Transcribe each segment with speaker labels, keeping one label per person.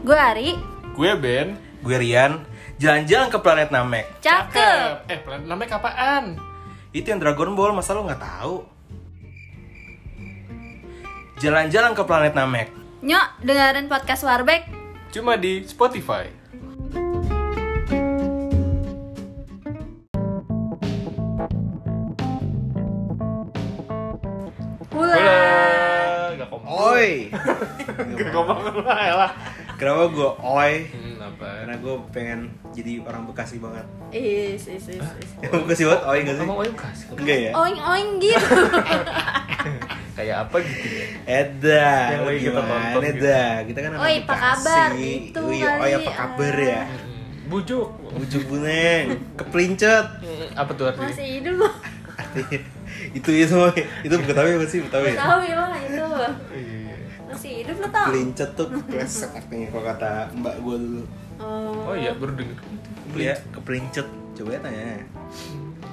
Speaker 1: Gue Ari,
Speaker 2: Gue Ben.
Speaker 3: Gue Rian, jalan-jalan ke planet Namek.
Speaker 1: cakep.
Speaker 2: Eh, planet namanya kapan?
Speaker 3: Itu yang Dragon Ball, masa lo nggak tahu? Jalan-jalan ke planet Namek.
Speaker 1: Nyok, dengerin podcast Warbeck.
Speaker 2: Cuma di Spotify.
Speaker 1: Pula.
Speaker 2: Gak kompak.
Speaker 3: Oi.
Speaker 2: Gak kompak lah, elah.
Speaker 3: Kenapa gue oi?
Speaker 2: Hmm, apa?
Speaker 3: Karena gue pengen jadi orang Bekasi banget.
Speaker 1: Is, is, is, is.
Speaker 3: Yang Bekasi banget oi gak sih?
Speaker 2: Emang Wayu kasih kok.
Speaker 3: Enggak ya?
Speaker 1: Oing oing gitu.
Speaker 2: Kayak apa gitu ya?
Speaker 3: Eda,
Speaker 2: Yang
Speaker 3: lu
Speaker 2: lagi Ya, kita
Speaker 3: gimana
Speaker 2: tonton gitu.
Speaker 3: Eda? Kita kan anak
Speaker 1: Oi, apa kabar?
Speaker 3: Bekasi.
Speaker 1: Gitu
Speaker 3: Ui,
Speaker 1: kali, Ah.
Speaker 3: oi apa kabar ya?
Speaker 2: Hmm, Bujuk.
Speaker 3: Bujuk buneng, keplincet.
Speaker 2: Hmm, Apa tuh artinya?
Speaker 1: Masih hidup loh.
Speaker 3: Artinya, itu itu itu betawi apa sih betawi? ya?
Speaker 1: Tahu ya lah itu.
Speaker 2: Iya.
Speaker 1: Masih hidup lo tau.
Speaker 3: Kelincet tuh kepleset artinya kalau kata mbak gue dulu
Speaker 2: Oh iya, baru denger.
Speaker 3: Iya, kepelincet Coba ya tanya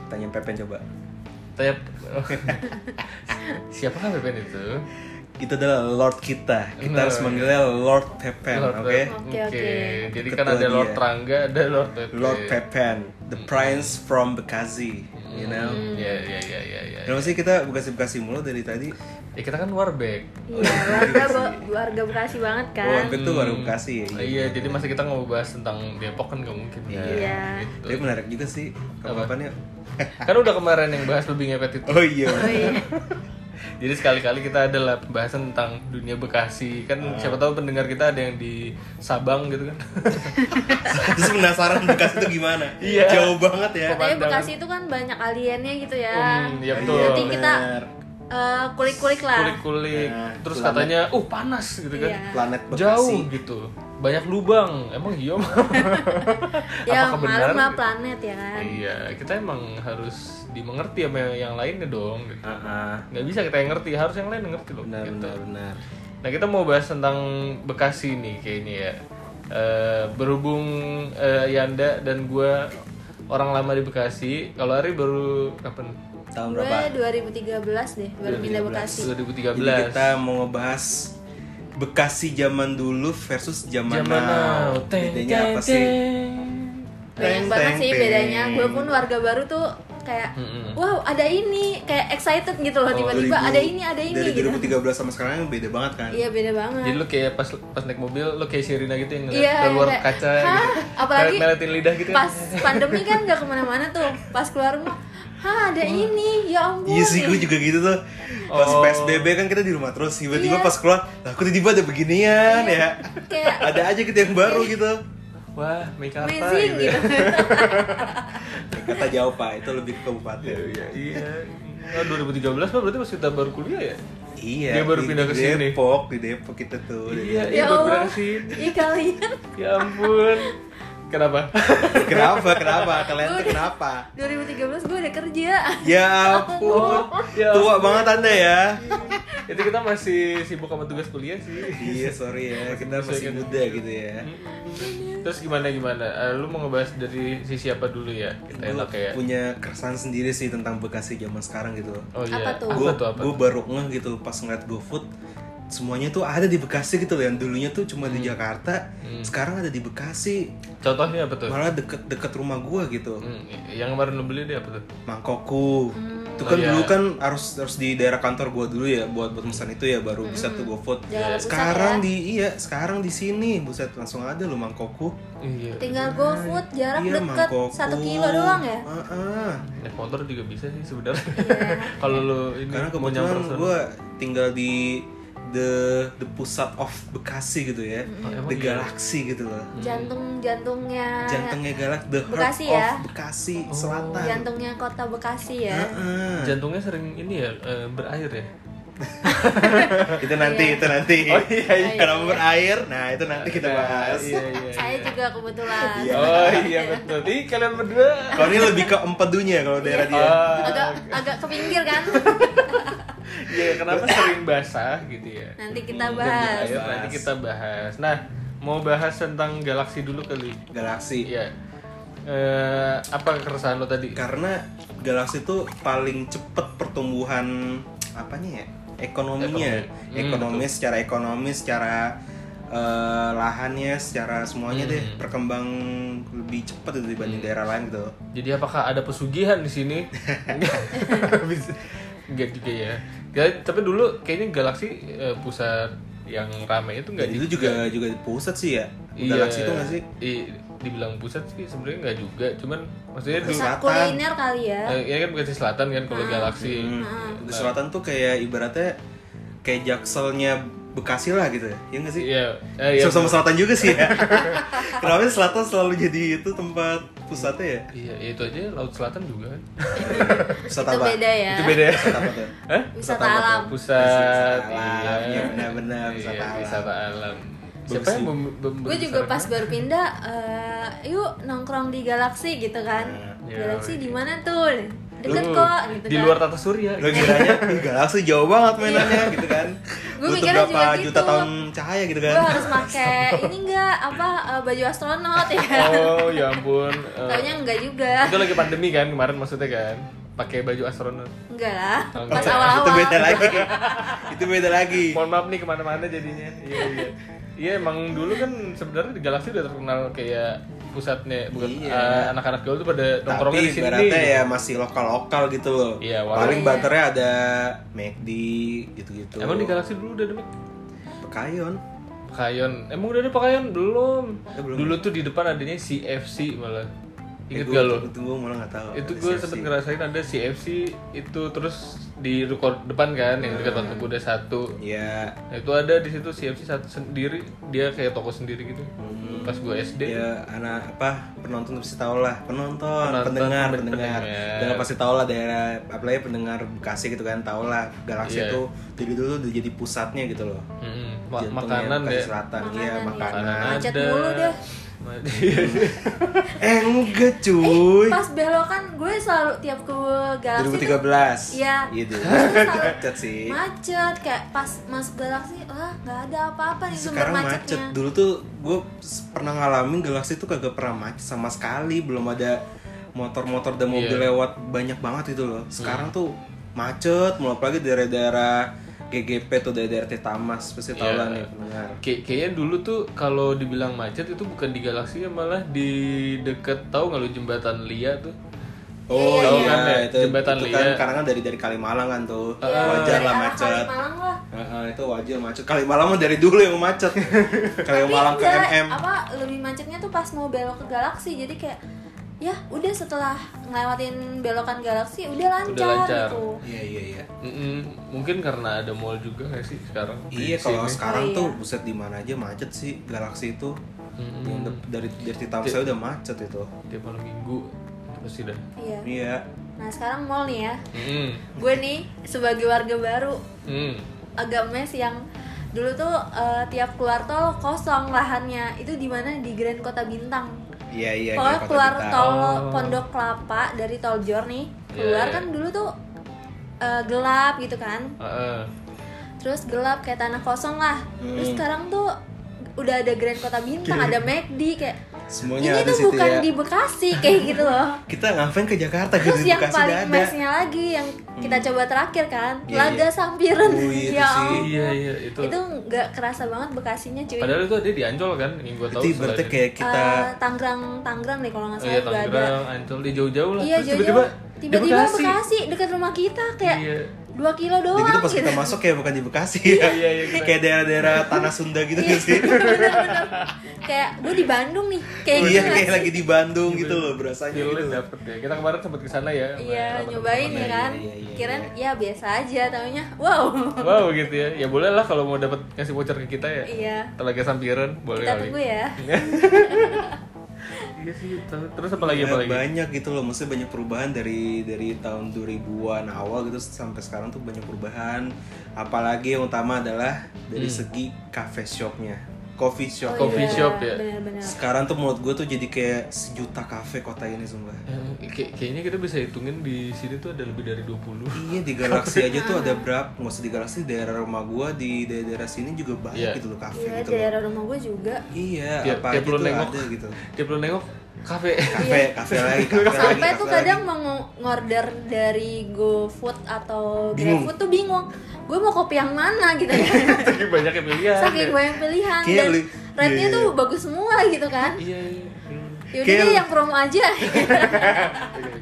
Speaker 3: Tanya Pepen coba
Speaker 2: Tanya Siapa kan Pepen itu?
Speaker 3: Itu adalah Lord kita Kita
Speaker 2: Benar.
Speaker 3: harus manggilnya Lord Pepen,
Speaker 2: Lord
Speaker 3: oke?
Speaker 2: Pepen.
Speaker 1: Oke, oke.
Speaker 2: Jadi
Speaker 3: Ketua
Speaker 2: kan ada Lord
Speaker 3: dia.
Speaker 2: Rangga, ada Lord Pepen.
Speaker 3: Lord Pepen The Prince from Bekasi You know
Speaker 2: Iya, iya, iya, iya, iya.
Speaker 3: Kenapa sih kita bekasi-bekasi mulu dari tadi?
Speaker 2: Ya kita kan warback.
Speaker 1: Iya, warga bo- warga Bekasi banget
Speaker 2: Oh,
Speaker 1: kan.
Speaker 3: Warbeck Oh, tuh warung Bekasi ya?
Speaker 2: Iya, jadi masa kita mau bahas tentang Depok kan gak mungkin. kan?
Speaker 1: Iya.
Speaker 2: Gitu.
Speaker 3: Tapi menarik juga sih Kapan-kapan yuk
Speaker 2: Kan udah kemarin yang bahas lebih ngepet itu.
Speaker 3: Oh iya
Speaker 1: Oh iya.
Speaker 2: Jadi sekali-kali kita adalah pembahasan tentang dunia Bekasi. Kan
Speaker 3: Ah.
Speaker 2: siapa tahu pendengar kita ada yang di Sabang gitu kan.
Speaker 3: Terus penasaran Bekasi tuh gimana?
Speaker 2: Iya.
Speaker 3: Jauh banget ya
Speaker 1: Katanya Bekasi itu kan banyak aliennya gitu ya.
Speaker 2: Hmm, iya betul.
Speaker 1: Nanti kita
Speaker 3: Bener.
Speaker 1: eh, kulik-kulik lah.
Speaker 2: Kulik-kulik.
Speaker 3: Nah,
Speaker 2: Terus
Speaker 3: selamat.
Speaker 2: katanya, "Uh, panas." gitu kan.
Speaker 1: Iya.
Speaker 3: Planet Bekasi
Speaker 2: Jauh gitu. Banyak lubang. Emang iya, Mam?
Speaker 1: Ya,
Speaker 2: Apakah
Speaker 1: malam
Speaker 2: benar?
Speaker 1: lah planet ya kan.
Speaker 2: Iya, kita emang harus dimengerti sama yang lainnya dong gitu.
Speaker 3: Ah, ah.
Speaker 2: Nggak bisa kita yang ngerti, harus yang lain yang ngerti loh.
Speaker 3: benar
Speaker 2: gitu.
Speaker 3: benar benar
Speaker 2: Nah kita mau bahas tentang Bekasi nih kayaknya ya. Eh, berhubung eh, Yanda dan gue orang lama di Bekasi. Kalau Ari baru kapan?
Speaker 3: tahun berapa
Speaker 1: Gue 2013 deh baru pindah Bekasi.
Speaker 2: 2013.
Speaker 3: jadi kita mau ngebahas Bekasi zaman dulu versus zaman
Speaker 2: Zaman now.
Speaker 3: now
Speaker 2: Teng, teng,
Speaker 3: bedanya apa sih
Speaker 2: teng.
Speaker 1: Banyak
Speaker 3: Teng,
Speaker 1: banget
Speaker 3: teng,
Speaker 1: sih
Speaker 3: teng.
Speaker 1: bedanya. Gue pun warga baru tuh kayak wow, ada ini, kayak excited gitu loh tiba-tiba
Speaker 3: 2000
Speaker 1: ada ini, ada ini
Speaker 3: dari kan.
Speaker 1: gitu.
Speaker 3: 2013 sama sekarang beda banget kan
Speaker 1: Iya, beda banget.
Speaker 2: Jadi lu kayak pas pas naik mobil lu kayak Sirina gitu yang ngeliat
Speaker 1: Iya,
Speaker 2: keluar
Speaker 1: kayak,
Speaker 2: kaca
Speaker 1: "Hah?"
Speaker 2: gitu.
Speaker 1: Apalagi
Speaker 2: Melet- meletin lidah gitu.
Speaker 1: Pas pandemi kan nggak kemana-mana tuh. Pas keluar rumah, hah ada ini, ya ampun.
Speaker 3: Iya sih, gue juga gitu tuh Pas
Speaker 2: Oh.
Speaker 3: PSBB kan kita di rumah terus
Speaker 1: Iya.
Speaker 3: Tiba-tiba pas keluar, lah aku tiba-tiba ada beginian ya
Speaker 1: Kayak- Iya.
Speaker 3: Ada aja gitu yang baru gitu
Speaker 2: Wah, make up
Speaker 1: Amazing
Speaker 2: gitu.
Speaker 1: gitu.
Speaker 3: Kata jauh pak, itu lebih ke kabupaten
Speaker 2: Iya, iya. Oh, 2013 mah berarti pas kita baru kuliah ya?
Speaker 3: Iya,
Speaker 2: Dia baru
Speaker 3: di-
Speaker 2: pindah
Speaker 3: di
Speaker 2: ke sini.
Speaker 3: Depok, di Depok kita tuh di
Speaker 2: Iya,
Speaker 1: ya
Speaker 2: iya baru
Speaker 1: Allah.
Speaker 2: pindah ke sini.
Speaker 1: Iya kalian.
Speaker 2: Ya ampun. Kenapa?
Speaker 3: Kenapa? Kenapa? Kalian tuh
Speaker 1: Udah.
Speaker 3: kenapa?
Speaker 1: 2013 gue udah kerja.
Speaker 3: Ya ampun,
Speaker 2: Ya
Speaker 3: tua banget anda ya.
Speaker 2: Itu kita masih sibuk sama tugas kuliah sih.
Speaker 3: Iya sorry ya, kita masih muda gitu ya.
Speaker 2: Hmm.
Speaker 1: Iya.
Speaker 2: Terus gimana gimana? Eh, lu mau ngebahas dari sisi apa dulu ya? Kita
Speaker 3: Gue
Speaker 2: enak ya.
Speaker 3: punya keresahan sendiri sih tentang Bekasi zaman sekarang gitu.
Speaker 2: Oh iya.
Speaker 1: Apa tuh?
Speaker 2: Apa
Speaker 3: Gue
Speaker 2: tuh apa?
Speaker 3: gue baru ngeh gitu pas ngeliat GoFood semuanya tuh ada di Bekasi gitu loh yang dulunya tuh cuma
Speaker 2: Hmm.
Speaker 3: di Jakarta sekarang ada di Bekasi
Speaker 2: Contohnya apa tuh?
Speaker 3: malah deket-deket rumah gua gitu
Speaker 2: Hmm, yang kemarin lu beli deh apa tuh?
Speaker 3: mangkokku
Speaker 1: Hmm.
Speaker 3: itu kan
Speaker 2: Oh, iya.
Speaker 3: dulu kan harus harus di daerah kantor gua dulu ya buat buat pesan itu ya baru bisa tuh GoFood
Speaker 1: Jakarta Hmm. Pusat
Speaker 2: Iya.
Speaker 1: ya?
Speaker 3: sekarang di iya sekarang di sini buset langsung ada loh mangkokku
Speaker 2: Iya.
Speaker 1: Tinggal go food jarak
Speaker 3: iya
Speaker 1: deket
Speaker 3: mangkokku
Speaker 1: satu kilo doang ya.
Speaker 3: Heeh.
Speaker 2: Naik motor juga bisa sih sebenarnya.
Speaker 1: Iya.
Speaker 2: Kalau lu ini
Speaker 3: karena
Speaker 2: mau
Speaker 3: kebetulan
Speaker 2: nyamper
Speaker 3: gua tinggal di the the pusat of Bekasi gitu ya
Speaker 1: Hmm.
Speaker 2: Oh, emang
Speaker 3: the
Speaker 2: iya?
Speaker 3: galaxy gitu loh
Speaker 1: Jantung jantungnya.
Speaker 3: jantungnya galak the heart
Speaker 1: Bekasi
Speaker 3: of
Speaker 1: ya?
Speaker 3: Bekasi
Speaker 2: Oh.
Speaker 3: selatan
Speaker 1: Jantungnya kota Bekasi ya.
Speaker 3: Heeh.
Speaker 2: jantungnya sering ini ya eh, berair ya.
Speaker 3: itu nanti itu nanti
Speaker 2: Oh, iya,
Speaker 1: iya.
Speaker 3: kenapa berair nah itu nanti kita
Speaker 2: Nah,
Speaker 3: bahas
Speaker 2: Iya iya.
Speaker 1: Saya juga kebetulan.
Speaker 2: Oh iya betul. Ih kalian berdua.
Speaker 3: kalau ini lebih ke empedunya ya kalau daerah
Speaker 1: Iya.
Speaker 3: dia
Speaker 2: Ah,
Speaker 1: Agak agak ke pinggir kan.
Speaker 2: Iya, kenapa sering basah gitu ya?
Speaker 1: Nanti kita
Speaker 2: Hmm,
Speaker 1: bahas.
Speaker 2: jangan bahas. Nanti kita bahas. Nah, mau bahas tentang galaksi dulu kali.
Speaker 3: galaksi
Speaker 2: Iya. Eh, apa keresahan lo tadi?
Speaker 3: karena Galaxy itu paling cepet pertumbuhan apanya ya ekonominya
Speaker 2: Ekonomi. Hmm,
Speaker 3: ekonomi secara ekonomi secara eh, lahannya secara semuanya deh
Speaker 2: Hmm.
Speaker 3: perkembang lebih cepat gitu dibanding daerah lain gitu
Speaker 2: Jadi apakah ada pesugihan di sini? Bisa. Enggak juga ya. Ya, tapi dulu kayaknya Galaxy eh, pusat yang rame itu enggak
Speaker 3: Jadi Iya, itu juga juga pusat sih ya
Speaker 2: Iya.
Speaker 3: galaksi itu nggak sih
Speaker 2: I- dibilang pusat sih sebenarnya nggak juga, cuman maksudnya di,
Speaker 1: Pusat
Speaker 3: Selatan. Ah.
Speaker 1: kuliner kali ya.
Speaker 2: eh, ini kan Bekasi Selatan kan kalau Galaxy.
Speaker 3: Hmm. di selatan tuh kayak ibaratnya kayak jakselnya Bekasi lah gitu ya iya nggak sih
Speaker 2: Iya, eh, iya.
Speaker 3: sama selatan juga sih ya kenapa selatan selalu jadi itu tempat pusatnya ya
Speaker 2: Iya, ya itu aja Laut Selatan juga kan.
Speaker 3: pusat
Speaker 1: Itu
Speaker 3: apa
Speaker 1: beda ya.
Speaker 2: Itu beda ya.
Speaker 3: pusat apa tuh
Speaker 2: Hah?
Speaker 1: Wisata alam.
Speaker 2: Pusat
Speaker 3: alam ya benar-benar pusat
Speaker 2: iya,
Speaker 3: alam
Speaker 2: wisata alam. Siapa yang
Speaker 3: Bagus sih.
Speaker 2: mem- mem-
Speaker 1: Gue juga
Speaker 2: membesarkan?
Speaker 1: pas baru pindah, eh, yuk nongkrong di Galaxy gitu kan.
Speaker 2: Iya.
Speaker 1: Galaxy di mana tuh? Deket
Speaker 2: Lu
Speaker 1: kok gitu
Speaker 2: Di
Speaker 1: kan.
Speaker 2: luar tata surya.
Speaker 3: Lo kiranya "Ih, galaksi jauh banget mainannya gitu kan.
Speaker 1: Iya. Gua
Speaker 3: Butuh
Speaker 1: mikirnya
Speaker 3: berapa
Speaker 1: juga
Speaker 3: juta
Speaker 1: gitu.
Speaker 3: tahun cahaya gitu
Speaker 1: Gue
Speaker 3: kan.
Speaker 1: harus pakai ini enggak apa eh, baju astronot ya.
Speaker 2: Oh, ya ampun. Eh,
Speaker 1: Taunya enggak juga.
Speaker 2: itu lagi pandemi kan kemarin maksudnya kan pakai baju astronot
Speaker 1: Enggak lah.
Speaker 2: Oh,
Speaker 1: Pas
Speaker 2: enggak.
Speaker 3: Itu
Speaker 1: awal-awal.
Speaker 3: beda lagi. Itu beda lagi.
Speaker 2: mohon maaf nih kemana-mana jadinya iya iya iya emang dulu kan sebenarnya di galaksi udah terkenal kayak pusatnya bukan
Speaker 3: Iya.
Speaker 2: eh, anak-anak gaul tuh pada nongkrongnya
Speaker 3: Tapi
Speaker 2: di sini gitu.
Speaker 3: ibaratnya ya masih lokal-lokal gitu loh.
Speaker 2: Iya, walau-
Speaker 3: Paling
Speaker 1: Iya.
Speaker 3: banternya ada McD gitu-gitu.
Speaker 2: emang di galaksi dulu udah ada Mik?
Speaker 3: Pekayon.
Speaker 2: pakaian emang udah ada pakaian belum.
Speaker 3: Eh, belum.
Speaker 2: dulu tuh di depan adanya CFC malah
Speaker 3: Eh,
Speaker 2: inget
Speaker 3: gua-
Speaker 2: gak lo
Speaker 3: Itu gue malah gak tahu.
Speaker 2: itu gue sempet ngerasain ada CFC itu terus di ruko depan kan yang
Speaker 3: Ah.
Speaker 2: dekat Patung Kuda satu
Speaker 3: Ya,
Speaker 2: Nah, itu ada di situ CFC satu sendiri, dia kayak toko sendiri gitu.
Speaker 3: Hmm.
Speaker 2: Pas gue SD.
Speaker 3: ya anak apa penonton pasti tahu lah penonton, pendengar
Speaker 2: pen-
Speaker 3: pendengar
Speaker 2: pendengar. iya.
Speaker 3: pendengar pasti tahu lah daerah apalagi pendengar Bekasi gitu kan tahu lah galaksi
Speaker 2: Iya.
Speaker 3: itu dari dulu udah jadi pusatnya gitu loh
Speaker 2: Mm-mm. Ma-
Speaker 3: Jantungnya
Speaker 2: makanan
Speaker 3: Bekasi
Speaker 2: ya.
Speaker 3: selatan iya
Speaker 1: Makanan,
Speaker 3: makanan
Speaker 1: Macet mulu deh.
Speaker 2: Ma-
Speaker 3: eh enggak cuy
Speaker 1: Pas belokan gue selalu tiap ke Galaxy tuh
Speaker 3: 2013
Speaker 1: Iya.
Speaker 3: gitu
Speaker 1: selalu-
Speaker 3: macet sih
Speaker 1: macet kayak pas masuk Galaxy lah nggak ada apa-apa nih sumber
Speaker 3: sekarang macet
Speaker 1: macetnya.
Speaker 3: dulu tuh gue pernah ngalamin galaksi tuh kagak pernah macet sama sekali belum ada motor-motor dan mobil
Speaker 2: Iya.
Speaker 3: lewat banyak banget itu loh sekarang
Speaker 2: Hmm.
Speaker 3: tuh macet mulai apalagi daerah-daerah GGP tuh daerah-daerah Tetamas pasti tau
Speaker 2: Iya.
Speaker 3: lah nih pendengar
Speaker 2: Kay- kayaknya dulu tuh kalau dibilang macet itu bukan di galaksi ya malah di deket tahu nggak lu jembatan Lia tuh.
Speaker 3: oh
Speaker 2: Tahu
Speaker 3: iya,
Speaker 2: kan ya, Ah.
Speaker 3: itu,
Speaker 2: jembatan
Speaker 3: itu kan
Speaker 2: Lia.
Speaker 3: karena kan dari dari Kalimalang kan tuh wajar
Speaker 1: Dari
Speaker 3: lah
Speaker 1: arah
Speaker 3: macet
Speaker 1: Kalimalang lah.
Speaker 3: Heeh, itu wajar macet Kalimalang mah dari dulu yang macet Kalimalang ke
Speaker 1: Tapi enggak,
Speaker 3: MM
Speaker 1: Apa lebih macetnya tuh pas mau belok ke Galaxy jadi kayak ya udah setelah ngelewatin belokan Galaxy udah lancar,
Speaker 2: Udah lancar.
Speaker 1: gitu.
Speaker 3: iya iya iya
Speaker 2: Mm-mm. Mungkin karena ada mall juga nggak sih sekarang? di
Speaker 3: Iya kalau
Speaker 2: sini?
Speaker 3: sekarang
Speaker 1: Oh, iya.
Speaker 3: tuh buset di mana aja macet sih galaksi itu.
Speaker 2: Mm-mm.
Speaker 3: Yang de- dari dari Titam saya udah macet itu.
Speaker 2: tiap malam minggu itu pasti dah.
Speaker 1: Iya.
Speaker 3: Iya.
Speaker 1: Nah sekarang mall nih ya.
Speaker 2: Mm-mm.
Speaker 1: Gue nih sebagai warga baru
Speaker 2: Mm.
Speaker 1: agak mes yang dulu tuh eh, tiap keluar tol kosong lahannya itu di mana di Grand Kota Bintang.
Speaker 3: Iya iya.
Speaker 1: Pokoknya
Speaker 3: di Kota
Speaker 1: keluar
Speaker 3: Blitar.
Speaker 1: tol
Speaker 2: Oh.
Speaker 1: Pondok Kelapa dari tol Jor nih keluar
Speaker 2: Iya, iya.
Speaker 1: kan dulu tuh eh, gelap gitu kan
Speaker 2: Ah, ah.
Speaker 1: terus gelap kayak tanah kosong lah terus
Speaker 3: Hmm.
Speaker 1: sekarang tuh udah ada Grand Kota Bintang ada McD kayak
Speaker 3: Semuanya
Speaker 1: ini
Speaker 3: ada
Speaker 1: tuh
Speaker 3: situ
Speaker 1: bukan
Speaker 3: ya.
Speaker 1: di Bekasi kayak gitu loh
Speaker 3: Kita ngapain ke Jakarta gitu
Speaker 1: terus
Speaker 3: di
Speaker 1: yang
Speaker 3: Bekasi udah
Speaker 1: paling
Speaker 3: ada. Hmm.
Speaker 1: mesnya lagi yang kita coba terakhir kan
Speaker 3: Iya,
Speaker 1: Laga
Speaker 3: iya.
Speaker 1: Sampiran
Speaker 3: Oh, iya,
Speaker 1: ya
Speaker 3: itu sih.
Speaker 1: ampun.
Speaker 2: Iya iya itu.
Speaker 1: itu nggak kerasa banget Bekasinya cuy
Speaker 2: Padahal itu ada di Ancol kan yang gue tahu.
Speaker 3: Berarti berarti
Speaker 2: selain-
Speaker 3: kayak kita
Speaker 1: Eh, Tangerang Tangerang nih kalau nggak
Speaker 2: Oh
Speaker 1: salah
Speaker 2: iya
Speaker 1: udah ada
Speaker 2: Tangerang, Ancol, dia jauh-jauh lah.
Speaker 1: Iya
Speaker 2: Terus
Speaker 1: jauh
Speaker 2: tiba-tiba
Speaker 1: tiba-tiba
Speaker 2: di
Speaker 1: Bekasi. ya. dekat rumah kita kayak
Speaker 2: Iya.
Speaker 1: dua kilo doang.
Speaker 3: dan gitu pas
Speaker 1: gitu.
Speaker 3: kita masuk ya bukan di Bekasi ya.
Speaker 2: Iya, iya, kita-
Speaker 3: kayak daerah-daerah tanah Sunda gitu
Speaker 1: Iya,
Speaker 3: nggak sih.
Speaker 1: bener-bener. kayak gue di Bandung nih, kayak
Speaker 3: Iya
Speaker 1: gitu.
Speaker 3: kayak
Speaker 1: nggak
Speaker 3: lagi di Bandung
Speaker 2: Iya,
Speaker 3: gitu loh berasanya
Speaker 2: Feel-nya
Speaker 3: gitu.
Speaker 2: dapet ya. Kita kemarin sempat ke sana ya.
Speaker 1: sih?
Speaker 2: sama
Speaker 1: Iya
Speaker 2: teman-teman.
Speaker 1: nyobain ya
Speaker 3: iya,
Speaker 1: kan.
Speaker 3: iya, iya,
Speaker 1: Kirain ya biasa aja, taunya wow.
Speaker 2: Wow gitu ya. Ya boleh lah kalau mau dapat ngasih voucher ke kita ya.
Speaker 1: Iya.
Speaker 2: Telaga Sampiran boleh
Speaker 1: Kita
Speaker 2: kali.
Speaker 1: tunggu ya.
Speaker 2: Iya sih. ter- Terus apa lagi apa
Speaker 3: Ya,
Speaker 2: lagi?
Speaker 3: banyak gitu loh, maksudnya banyak perubahan dari dari tahun 2000-an awal gitu sampai sekarang tuh banyak perubahan. Apalagi yang utama adalah dari segi cafe shopnya, coffee shop.
Speaker 2: Hmm. Oh, Coffee
Speaker 1: Iya,
Speaker 2: shop ya?
Speaker 1: Benar-benar.
Speaker 3: Sekarang tuh menurut gue tuh jadi kayak sejuta kafe kota ini sumpah.
Speaker 2: Eh, kayak- kayaknya kita bisa hitungin di sini tuh ada lebih dari 20.
Speaker 3: Iya di Galaksi aja tuh ada berapa? Nggak usah di Galaksi, daerah rumah gue di daerah-daerah sini juga banyak
Speaker 2: Iya.
Speaker 3: gitu loh kafe
Speaker 1: Iya
Speaker 3: gitu. loh.
Speaker 1: daerah rumah gue juga.
Speaker 3: Iya,
Speaker 2: Tiap-
Speaker 3: apa
Speaker 2: tiap
Speaker 3: aja
Speaker 2: lu
Speaker 3: tuh
Speaker 2: nengok.
Speaker 3: ada gitu.
Speaker 2: Tiap lu nengok kafe
Speaker 3: kafe kafe lagi kafe lagi
Speaker 1: sampai
Speaker 3: kafe
Speaker 1: tuh
Speaker 3: lagi.
Speaker 1: kadang mau ng- ngorder dari GoFood atau
Speaker 3: Bingung.
Speaker 1: GrabFood tuh bingung gue mau kopi yang mana gitu kan
Speaker 2: saking banyak yang pilihan
Speaker 1: saking banyak pilihan
Speaker 3: Kayak
Speaker 1: dan
Speaker 3: li-
Speaker 1: rate-nya
Speaker 3: iya,
Speaker 1: tuh
Speaker 3: iya.
Speaker 1: bagus semua gitu kan
Speaker 2: iya iya Hmm.
Speaker 1: yaudah
Speaker 3: Kayak
Speaker 1: deh
Speaker 3: li-
Speaker 1: yang promo aja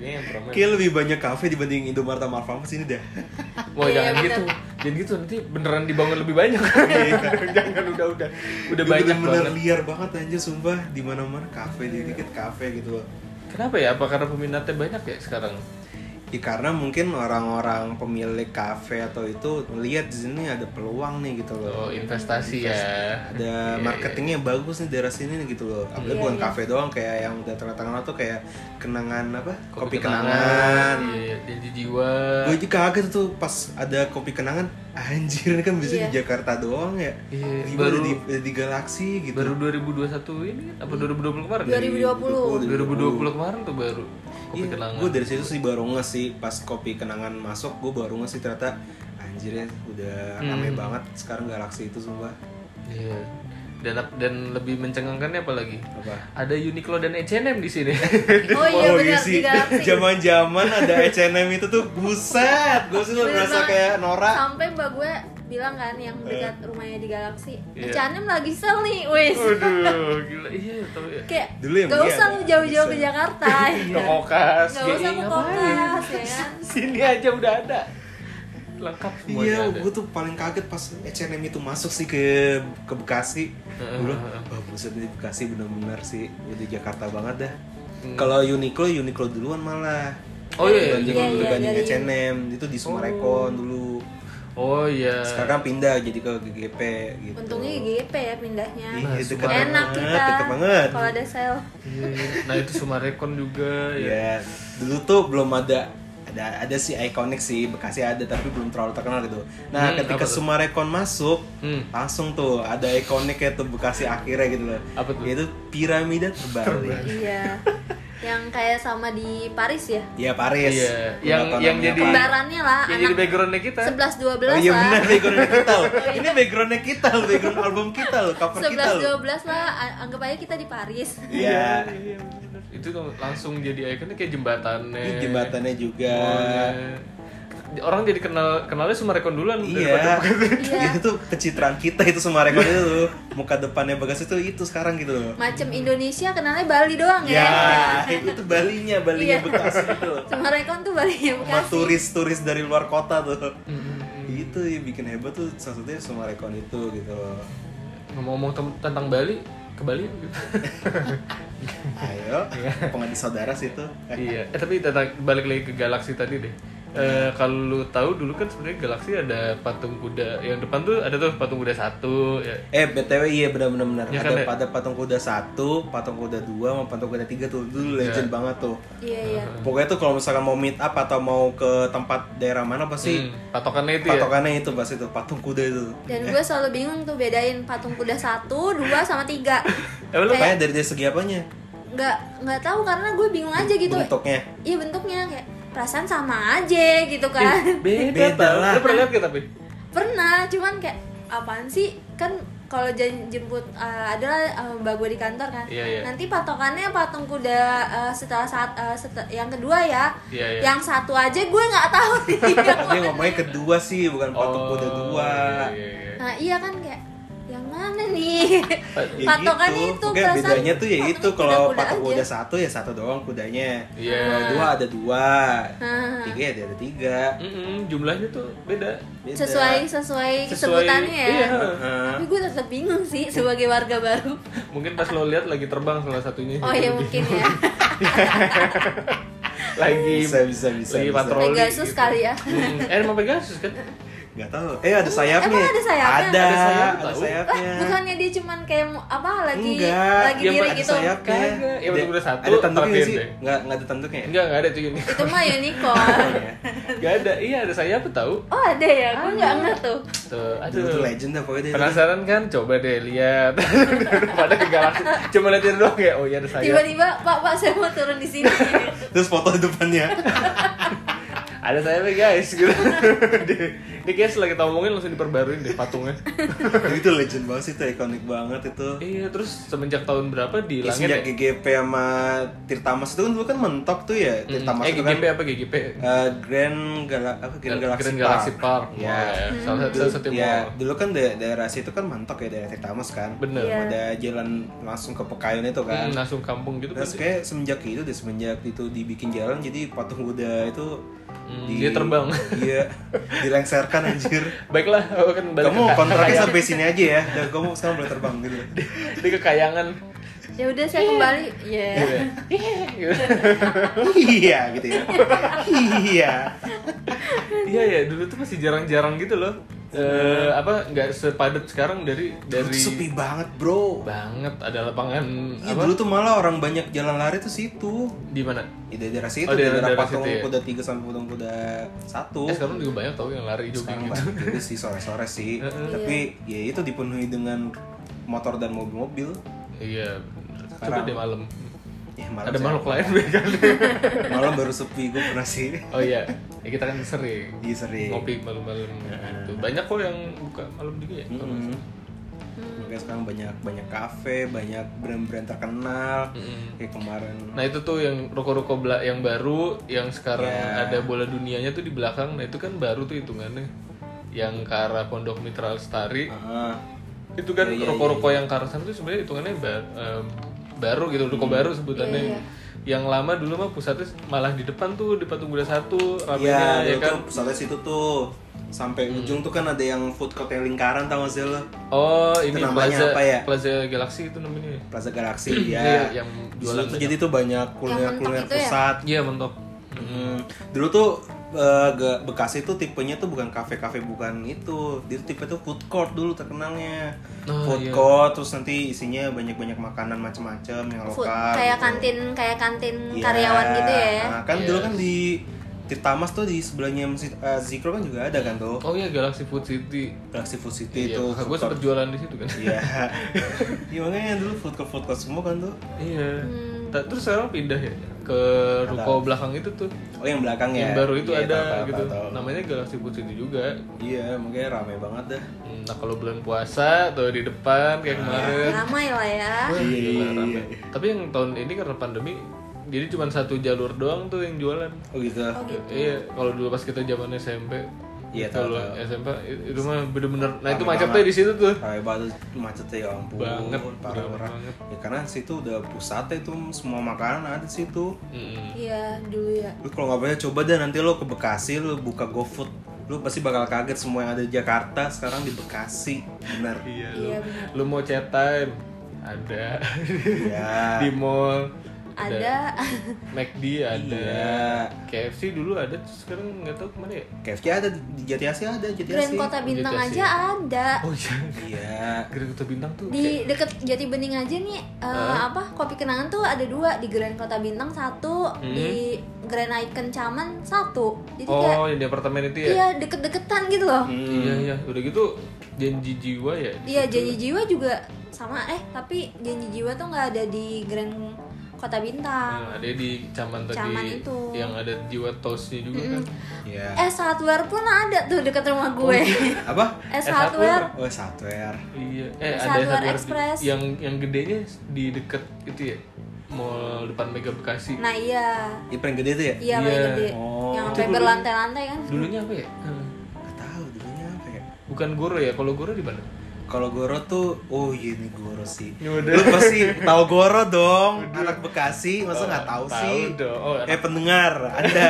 Speaker 2: Ini Ah, yang promen.
Speaker 3: kayak lebih banyak kafe dibanding Indomaret sama Alfamart sini dah
Speaker 2: Wah
Speaker 1: Iya,
Speaker 2: jangan
Speaker 1: bener.
Speaker 2: gitu, jangan gitu nanti beneran dibangun lebih banyak. Iya, jangan udah udah udah
Speaker 3: Gua
Speaker 2: banyak
Speaker 3: bener-bener
Speaker 2: banget.
Speaker 3: liar banget anjir sumpah di mana mana kafe di dikit kafe gitu loh
Speaker 2: Kenapa ya? Apa karena peminatnya banyak ya sekarang?
Speaker 3: Ya karena mungkin orang-orang pemilik kafe atau itu melihat di sini ada peluang nih gitu loh.
Speaker 2: Oh investasi ya.
Speaker 3: Ada marketingnya yang bagus nih daerah sini nih gitu loh. Apalagi
Speaker 1: Iya,
Speaker 3: bukan
Speaker 1: iya.
Speaker 3: kafe doang kayak yang udah terkenal tuh kayak kenangan apa? Kopi,
Speaker 2: Kopi
Speaker 3: kenangan.
Speaker 2: Iya, janji jiwa.
Speaker 3: Gue juga kaget tuh pas ada kopi kenangan anjir ini kan bisa di
Speaker 1: Iya.
Speaker 3: Jakarta doang ya.
Speaker 2: Iya,
Speaker 3: Tiba
Speaker 2: baru-
Speaker 3: di, di galaksi gitu.
Speaker 2: Baru 2021 ini apa
Speaker 1: Iya.
Speaker 2: 2020 kemarin?
Speaker 1: 2020
Speaker 2: 2020 kemarin tuh baru kopi kenangan.
Speaker 3: Gue Iya, dari situ sih baru nge sih pas kopi kenangan masuk gue baru nge sih ternyata anjirnya udah
Speaker 2: Hmm.
Speaker 3: rame banget sekarang galaksi itu sumpah
Speaker 2: Iya. Dan dan lebih mencengangkannya apa lagi?
Speaker 3: apa
Speaker 2: Ada Uniqlo dan H&M di sini.
Speaker 1: oh iya
Speaker 3: Oh,
Speaker 1: benar di
Speaker 3: sih.
Speaker 1: Galaxy
Speaker 3: Zaman-zaman ada H&M itu tuh buset, gue sih lu
Speaker 1: Bener
Speaker 3: berasa
Speaker 1: banget.
Speaker 3: kayak Nora.
Speaker 1: sampai mbak gue bilang kan yang dekat
Speaker 3: Eh.
Speaker 1: rumahnya di Galaxy
Speaker 3: Iya.
Speaker 1: H&M lagi sel nih wis
Speaker 2: Waduh, gila. Iya, tapi
Speaker 1: kayak
Speaker 3: Dulu yang
Speaker 1: gak
Speaker 3: beli
Speaker 1: usah
Speaker 3: ada,
Speaker 1: lu jauh-jauh
Speaker 3: bisa.
Speaker 1: ke Jakarta
Speaker 2: Ke
Speaker 1: ya.
Speaker 2: kokas,
Speaker 1: gak
Speaker 2: GI,
Speaker 1: usah ke
Speaker 2: ngapain?
Speaker 1: kokas ya kan
Speaker 2: Iya, Sini aja udah ada. Lengkap semuanya
Speaker 3: Iya,
Speaker 2: ada.
Speaker 3: gue tuh paling kaget pas H&M itu masuk sih ke ke Bekasi. Gue bilang, wah buset di Bekasi bener-bener sih, udah Jakarta banget dah. Kalau Uniqlo, Uniqlo duluan malah.
Speaker 2: Hmm. Oh iya,
Speaker 3: dibanding,
Speaker 1: iya, iya,
Speaker 3: dibanding
Speaker 1: dari-
Speaker 3: H&M itu di Sumarekon dulu.
Speaker 2: Oh iya.
Speaker 3: Sekarang kan pindah jadi ke GGP gitu.
Speaker 1: untungnya GP ya pindahnya
Speaker 3: Iya, dekat banget,
Speaker 1: enak kita
Speaker 3: dekat banget.
Speaker 1: kalau ada sel
Speaker 2: Iya, iya. Nah, itu Sumarekon juga ya.
Speaker 3: Ya, dulu tuh belum ada ada ada sih ikonik sih Bekasi ada tapi belum terlalu terkenal gitu. Nah,
Speaker 2: Hmm,
Speaker 3: ketika
Speaker 2: apa tuh?
Speaker 3: Sumarekon masuk,
Speaker 2: Hmm.
Speaker 3: langsung tuh ada ikonik kayak tuh Bekasi akhirnya gitu loh.
Speaker 2: Apa tuh?
Speaker 3: Yaitu piramida terbalik.
Speaker 1: iya yang kayak sama di Paris ya
Speaker 3: Iya, Paris.
Speaker 2: Iya,
Speaker 3: Lu
Speaker 2: yang-
Speaker 3: nggak tahu
Speaker 2: yang
Speaker 3: namanya
Speaker 2: jadi-
Speaker 3: apa.
Speaker 1: kembarannya lah
Speaker 2: Yang jadi
Speaker 1: anak
Speaker 2: backgroundnya kita.
Speaker 1: 11 12
Speaker 3: Oh iya benar
Speaker 1: lah
Speaker 3: backgroundnya kita loh. Ini backgroundnya kita loh, background album kita loh, cover kita
Speaker 1: 11
Speaker 3: loh.
Speaker 1: 12 lah a- anggap aja kita di Paris
Speaker 3: Iya.
Speaker 2: iya, bener. Itu tuh langsung jadi ikonnya kayak jembatannya.
Speaker 3: Ini jembatannya juga.
Speaker 2: Mallnya. Orang jadi kenal kenalnya Sumarekon duluan
Speaker 3: Iya,
Speaker 1: Iya.
Speaker 3: itu tuh pencitraan kita itu Sumarekon itu muka depannya Bekasi tuh itu sekarang gitu loh.
Speaker 1: macem Indonesia kenalnya Bali doang ya,
Speaker 3: Ya, itu Balinya,
Speaker 1: Iya.
Speaker 3: Balinya Bekasi itu.
Speaker 1: Sumarekon tuh Bali ya, yang
Speaker 3: Sama
Speaker 1: Bekasi
Speaker 3: turis-turis dari luar kota tuh.
Speaker 2: Mm,
Speaker 3: Itu yang bikin hebat tuh salah satunya Sumarekon itu gitu loh.
Speaker 2: Ngomong-ngomong tem- tentang Bali, ke Bali gitu.
Speaker 3: Ayo, pengadu saudara sih itu.
Speaker 2: iya eh, tapi tentang balik lagi ke galaksi tadi deh Eh, kalau lu tahu dulu kan sebenarnya galaksi ada patung kuda yang depan tuh ada tuh patung kuda satu ya
Speaker 3: Eh BTW iya benar-benar benar.
Speaker 2: Iya kan,
Speaker 3: ada
Speaker 2: ya?
Speaker 3: pada patung kuda 1, patung kuda 2, sama patung kuda 3 tuh dulu legend banget tuh.
Speaker 1: iya iya
Speaker 3: Pokoknya tuh kalau misalkan mau meet up atau mau ke tempat daerah mana pasti
Speaker 2: Hmm, patokannya itu ya
Speaker 3: patokannya itu pasti itu patung kuda itu.
Speaker 1: dan gue
Speaker 2: Eh.
Speaker 1: selalu bingung tuh bedain patung kuda satu dua sama tiga
Speaker 2: emang lu
Speaker 3: Kayak dari dari segi apanya?
Speaker 1: nggak nggak tahu karena gue bingung aja gitu
Speaker 3: Bentuknya.
Speaker 1: iya bentuknya kayak perasaan sama aja gitu
Speaker 2: Iya.
Speaker 1: kan
Speaker 2: beda,
Speaker 3: Beda
Speaker 2: tau.
Speaker 3: lah.
Speaker 2: lu pernah lihat gak tapi
Speaker 1: pernah cuman kayak apaan sih kan kalau jen- jemput eh, adalah eh, mbak gue di kantor kan
Speaker 2: Iya, iya.
Speaker 1: nanti patokannya patung kuda eh, setelah saat eh, setel- yang kedua ya
Speaker 2: Iya, iya.
Speaker 1: yang satu aja gue nggak tahu nih yang
Speaker 3: Dia
Speaker 1: mana.
Speaker 3: ngomongnya kedua sih, bukan Oh, patung kuda dua.
Speaker 2: Oh, iya, iya, iya.
Speaker 1: nah iya kan kayak yang mana nih
Speaker 3: Ya
Speaker 1: patokan
Speaker 3: gitu.
Speaker 1: itu
Speaker 3: Mungkin
Speaker 1: perasaan
Speaker 3: bedanya tuh ya itu
Speaker 1: patung
Speaker 3: kalau
Speaker 1: kuda-kuda
Speaker 3: patung
Speaker 1: aja.
Speaker 3: kuda satu ya satu doang kudanya
Speaker 2: Iya.
Speaker 3: kalau dua ada dua
Speaker 1: Ah.
Speaker 3: tiga ya ada tiga
Speaker 2: Mm-mm, jumlahnya tuh beda
Speaker 3: Beda.
Speaker 1: sesuai sesuai kesebutannya ya
Speaker 2: iya
Speaker 3: Heeh.
Speaker 1: tapi gue tetap bingung sih sebagai warga baru
Speaker 2: mungkin pas lo lihat lagi terbang salah
Speaker 3: Iya.
Speaker 2: satunya
Speaker 1: oh ya mungkin ya
Speaker 2: lagi
Speaker 3: bisa bisa bisa
Speaker 2: lagi
Speaker 3: bisa.
Speaker 2: patroli
Speaker 1: Pegasus
Speaker 2: gitu.
Speaker 1: kali ya
Speaker 2: Mm-mm. eh emang Pegasus kan
Speaker 3: nggak tahu eh ada sayapnya
Speaker 1: Emang ada sayapnya?
Speaker 3: ada
Speaker 2: Ada sayap,
Speaker 3: ada
Speaker 2: tahu.
Speaker 1: Wah,
Speaker 3: sayapnya
Speaker 1: bukannya dia cuman kayak mau- apa lagi
Speaker 3: Enggak,
Speaker 1: lagi
Speaker 2: yang
Speaker 1: diri
Speaker 2: ber-
Speaker 3: ada
Speaker 1: gitu
Speaker 3: sayapnya
Speaker 2: Kagak. Ya, patung kuda satu,
Speaker 3: ada tanduknya nggak sih
Speaker 2: terakhir deh.
Speaker 3: nggak nggak ada tanduknya ya?
Speaker 2: enggak enggak ada tuh ini
Speaker 1: itu mah ya, unicorn
Speaker 2: enggak ada iya ada saya apa tahu
Speaker 1: oh ada ya gue nggak nggak tuh
Speaker 2: tuh
Speaker 3: dulu tuh
Speaker 2: aduh
Speaker 3: legend dah pokoknya dia
Speaker 2: Penasaran kan? Coba deh lihat. Pada ke galaksi. Cuma liatin doang ya. Oh iya ada sayap.
Speaker 1: tiba-tiba pak pak saya mau turun di sini
Speaker 3: terus foto depannya
Speaker 2: Ada sayapnya guys gitu. Di- Ini kayaknya setelah kita omongin langsung diperbaruin deh patungnya.
Speaker 3: itu legend banget sih itu ikonik banget itu
Speaker 2: iya, terus semenjak tahun berapa di
Speaker 3: Ya,
Speaker 2: langit ya?
Speaker 3: sejak GGP sama Tirtamas itu kan dulu kan mentok tuh
Speaker 2: Hmm,
Speaker 3: ya Tirtamas
Speaker 2: eh,
Speaker 3: itu kan
Speaker 2: GGP apa GGP?
Speaker 3: eh, Grand Gala apa Grand Galaxy
Speaker 2: Grand
Speaker 3: Park.
Speaker 2: Galaxy Park. Mall
Speaker 3: Ya.
Speaker 2: ya. Salah satu, salah satu
Speaker 3: Ya,
Speaker 2: mall.
Speaker 3: dulu kan da- daerah situ kan mentok ya daerah Tirtamas kan.
Speaker 2: Bener.
Speaker 1: Iya.
Speaker 3: Ada jalan langsung ke Pekayun itu
Speaker 2: Hmm,
Speaker 3: kan.
Speaker 2: langsung kampung gitu. berarti.
Speaker 3: Terus kayak semenjak itu deh semenjak itu dibikin jalan jadi patung Buddha itu
Speaker 2: Hmm, dia terbang.
Speaker 3: Iya, dilengsarkan anjir.
Speaker 2: Baiklah, aku akan balik
Speaker 3: Kamu
Speaker 2: ke-
Speaker 3: kontraknya sampai sini aja ya. Dan kamu sekarang boleh terbang gitu.
Speaker 2: di kekayangan.
Speaker 1: ya udah saya kembali ya
Speaker 2: Gitu. Gitu.
Speaker 3: Iya gitu ya. Iya.
Speaker 2: Iya ya, dulu tuh masih jarang-jarang gitu loh. Eh apa nggak sepadat sekarang dari
Speaker 3: Dulu tuh
Speaker 2: dari
Speaker 3: sepi banget, Bro.
Speaker 2: banget ada lapangan
Speaker 3: Iya,
Speaker 2: apa
Speaker 3: dulu tuh malah orang banyak jalan lari tuh situ.
Speaker 2: di mana?
Speaker 3: Di daerah situ,
Speaker 2: Oh, daerah-
Speaker 3: daerah,
Speaker 2: daerah
Speaker 3: patung
Speaker 2: situ ya.
Speaker 3: kuda 3 sampai patung kuda 1.
Speaker 2: Eh, sekarang juga banyak tau yang lari jogging
Speaker 3: sekarang
Speaker 2: gitu.
Speaker 3: banyak juga sih sore-sore sih. Tapi ya itu dipenuhi dengan motor dan mobil-mobil.
Speaker 2: Iya, bener. coba
Speaker 3: Sekarang.
Speaker 2: deh malam.
Speaker 3: Ya,
Speaker 2: Ada
Speaker 3: saya-
Speaker 2: makhluk lain kan.
Speaker 3: malam baru sepi gue pernah sih.
Speaker 2: Oh iya, ya, kita kan sering
Speaker 3: Iya sering.
Speaker 2: ngopi malam-malam gitu. Banyak kok yang buka malam juga ya. kalau nggak
Speaker 3: Mm-mm.
Speaker 2: Hmm.
Speaker 3: Makanya sekarang banyak banyak kafe, banyak brand-brand terkenal. Kayak kemarin
Speaker 2: Nah itu tuh yang ruko-ruko bela- yang baru, yang sekarang
Speaker 3: Ya.
Speaker 2: ada bola dunianya tuh di belakang. Nah itu kan baru tuh hitungannya, yang ke arah Pondok Mitra Lestari.
Speaker 3: Ah,
Speaker 2: Itu kan ruko-ruko yang ke arah sana tuh sebenarnya hitungannya ba- em, baru gitu, ruko baru sebutannya. Yang lama dulu mah pusatnya malah di depan tuh di Patung Kuda satu ramenya ya
Speaker 3: Iya, dulu
Speaker 2: kan. Hmm.
Speaker 3: tuh pusatnya situ tuh sampai ujung tuh kan ada yang food court yang lingkaran tau gak sih lo?
Speaker 2: Oh ini
Speaker 3: Itu namanya
Speaker 2: Plaza
Speaker 3: apa ya?
Speaker 2: Plaza Galaxy itu namanya. ya?
Speaker 3: Plaza Galaxy
Speaker 2: Iya,
Speaker 3: ya.
Speaker 2: yang
Speaker 3: Di
Speaker 2: jualan.
Speaker 3: situ tuh jadi tuh banyak kuliner-kuliner pusat.
Speaker 2: Iya mentok.
Speaker 3: Mm. Dulu tuh eh, Ge- Bekasi tuh tipenya tuh bukan kafe-kafe bukan itu. Dia tuh tipe tuh food court dulu terkenalnya.
Speaker 2: Oh,
Speaker 3: food
Speaker 2: iya.
Speaker 3: court terus nanti isinya banyak-banyak makanan macam-macam yang
Speaker 1: Food,
Speaker 3: lokal.
Speaker 1: kayak
Speaker 3: gitu.
Speaker 1: kantin kayak kantin
Speaker 3: Iya.
Speaker 1: karyawan gitu ya
Speaker 3: Nah, kan dulu
Speaker 2: Yes.
Speaker 3: kan di Tirtamas tuh di sebelahnya Masjid eh, Zikro kan juga ada kan tuh.
Speaker 2: Oh iya Galaxy Food City.
Speaker 3: Galaxy Food City
Speaker 2: Iya,
Speaker 3: itu.
Speaker 2: gue sempet jualan di situ kan.
Speaker 3: Iya. Iya makanya dulu food court food court semua kan tuh.
Speaker 2: Iya. Ta- Terus sekarang pindah ya ke ruko belakang itu tuh.
Speaker 3: Oh yang belakang
Speaker 2: Yang
Speaker 3: ya.
Speaker 2: baru itu
Speaker 3: Iya,
Speaker 2: ada
Speaker 3: tahu, tahu,
Speaker 2: gitu.
Speaker 3: tahu, tahu.
Speaker 2: Namanya Galaxy Food City juga.
Speaker 3: Iya, makanya rame banget dah.
Speaker 2: Hmm, Nah kalau bulan puasa tuh di depan
Speaker 3: Nah,
Speaker 2: kayak kemarin.
Speaker 1: ramai lah ya
Speaker 2: Wah, gila, rame. Tapi yang tahun ini karena pandemi, jadi cuma satu jalur doang tuh yang jualan.
Speaker 3: Oh gitu.
Speaker 2: Iya, kalau dulu pas kita zaman SMP.
Speaker 3: Iya,
Speaker 2: gitu
Speaker 3: tahu,
Speaker 2: loh,
Speaker 3: tahu.
Speaker 2: SMP i- itu mah bener-bener. Nah itu
Speaker 3: Rame
Speaker 2: macetnya
Speaker 3: banget.
Speaker 2: di situ tuh.
Speaker 3: Rame banget macetnya ya ampun.
Speaker 2: Banget,
Speaker 3: parah
Speaker 2: bener
Speaker 3: parah.
Speaker 2: banget.
Speaker 3: Ya karena situ udah pusatnya itu semua makanan ada di situ.
Speaker 2: Mm-mm.
Speaker 1: iya dulu ya
Speaker 3: Lu kalau nggak percaya coba deh nanti lo ke Bekasi lo buka GoFood lu pasti bakal kaget semua yang ada di Jakarta sekarang di Bekasi benar
Speaker 2: Iya,
Speaker 1: Iya,
Speaker 2: lu, lu mau chat time ada
Speaker 3: Iya.
Speaker 2: di mall
Speaker 1: ada
Speaker 2: McD ada
Speaker 3: iya
Speaker 2: KFC dulu ada terus sekarang nggak tahu kemana ya
Speaker 3: KFC ada di Jati Asih ada Jati
Speaker 1: Grand
Speaker 3: Asih
Speaker 1: Kota Bintang
Speaker 2: Jati
Speaker 1: aja
Speaker 2: Asih.
Speaker 1: ada
Speaker 2: oh iya
Speaker 3: iya
Speaker 2: Grand Kota Bintang tuh kayak-
Speaker 1: di deket Jati Bening aja nih eh, apa kopi kenangan tuh ada dua di Grand Kota Bintang satu di Grand Icon Caman satu jadi kayak
Speaker 2: oh yang di apartemen itu ya
Speaker 1: iya deket-deketan gitu loh
Speaker 2: iya iya udah gitu janji jiwa ya di
Speaker 1: Iya
Speaker 2: situ.
Speaker 1: janji jiwa juga sama eh tapi janji jiwa tuh nggak ada di Grand Kota Bintang.
Speaker 2: Nah, ada di caman tadi
Speaker 1: Caman itu.
Speaker 2: yang ada jiwa tosnya juga kan
Speaker 3: iya
Speaker 1: Es hardware Eh, pun ada tuh dekat rumah gue. Eh,
Speaker 3: apa
Speaker 1: es
Speaker 2: Es hardware.
Speaker 1: hardware.
Speaker 3: oh software
Speaker 2: iya eh
Speaker 1: Terus
Speaker 2: ada
Speaker 1: Hardware
Speaker 2: hardware di-
Speaker 1: Express.
Speaker 2: yang yang gedenya di deket itu ya mall depan Mega Bekasi
Speaker 1: Nah iya,
Speaker 3: ini paling gede tuh ya
Speaker 1: iya
Speaker 2: Iya.
Speaker 1: paling gede.
Speaker 3: Oh.
Speaker 1: Yang
Speaker 2: Itu
Speaker 1: sampai
Speaker 2: dulu.
Speaker 1: berlantai-lantai kan.
Speaker 2: dulunya apa ya Eh,
Speaker 3: nggak tahu dulunya apa ya
Speaker 2: bukan Goro ya kalau Goro di mana
Speaker 3: kalau Goro tuh oh iya nih Goro sih
Speaker 2: Ya udah.
Speaker 3: lu pasti tahu Goro dong anak Bekasi masa nggak tahu
Speaker 2: tahu
Speaker 3: sih
Speaker 2: dong. Oh,
Speaker 3: eh pendengar anda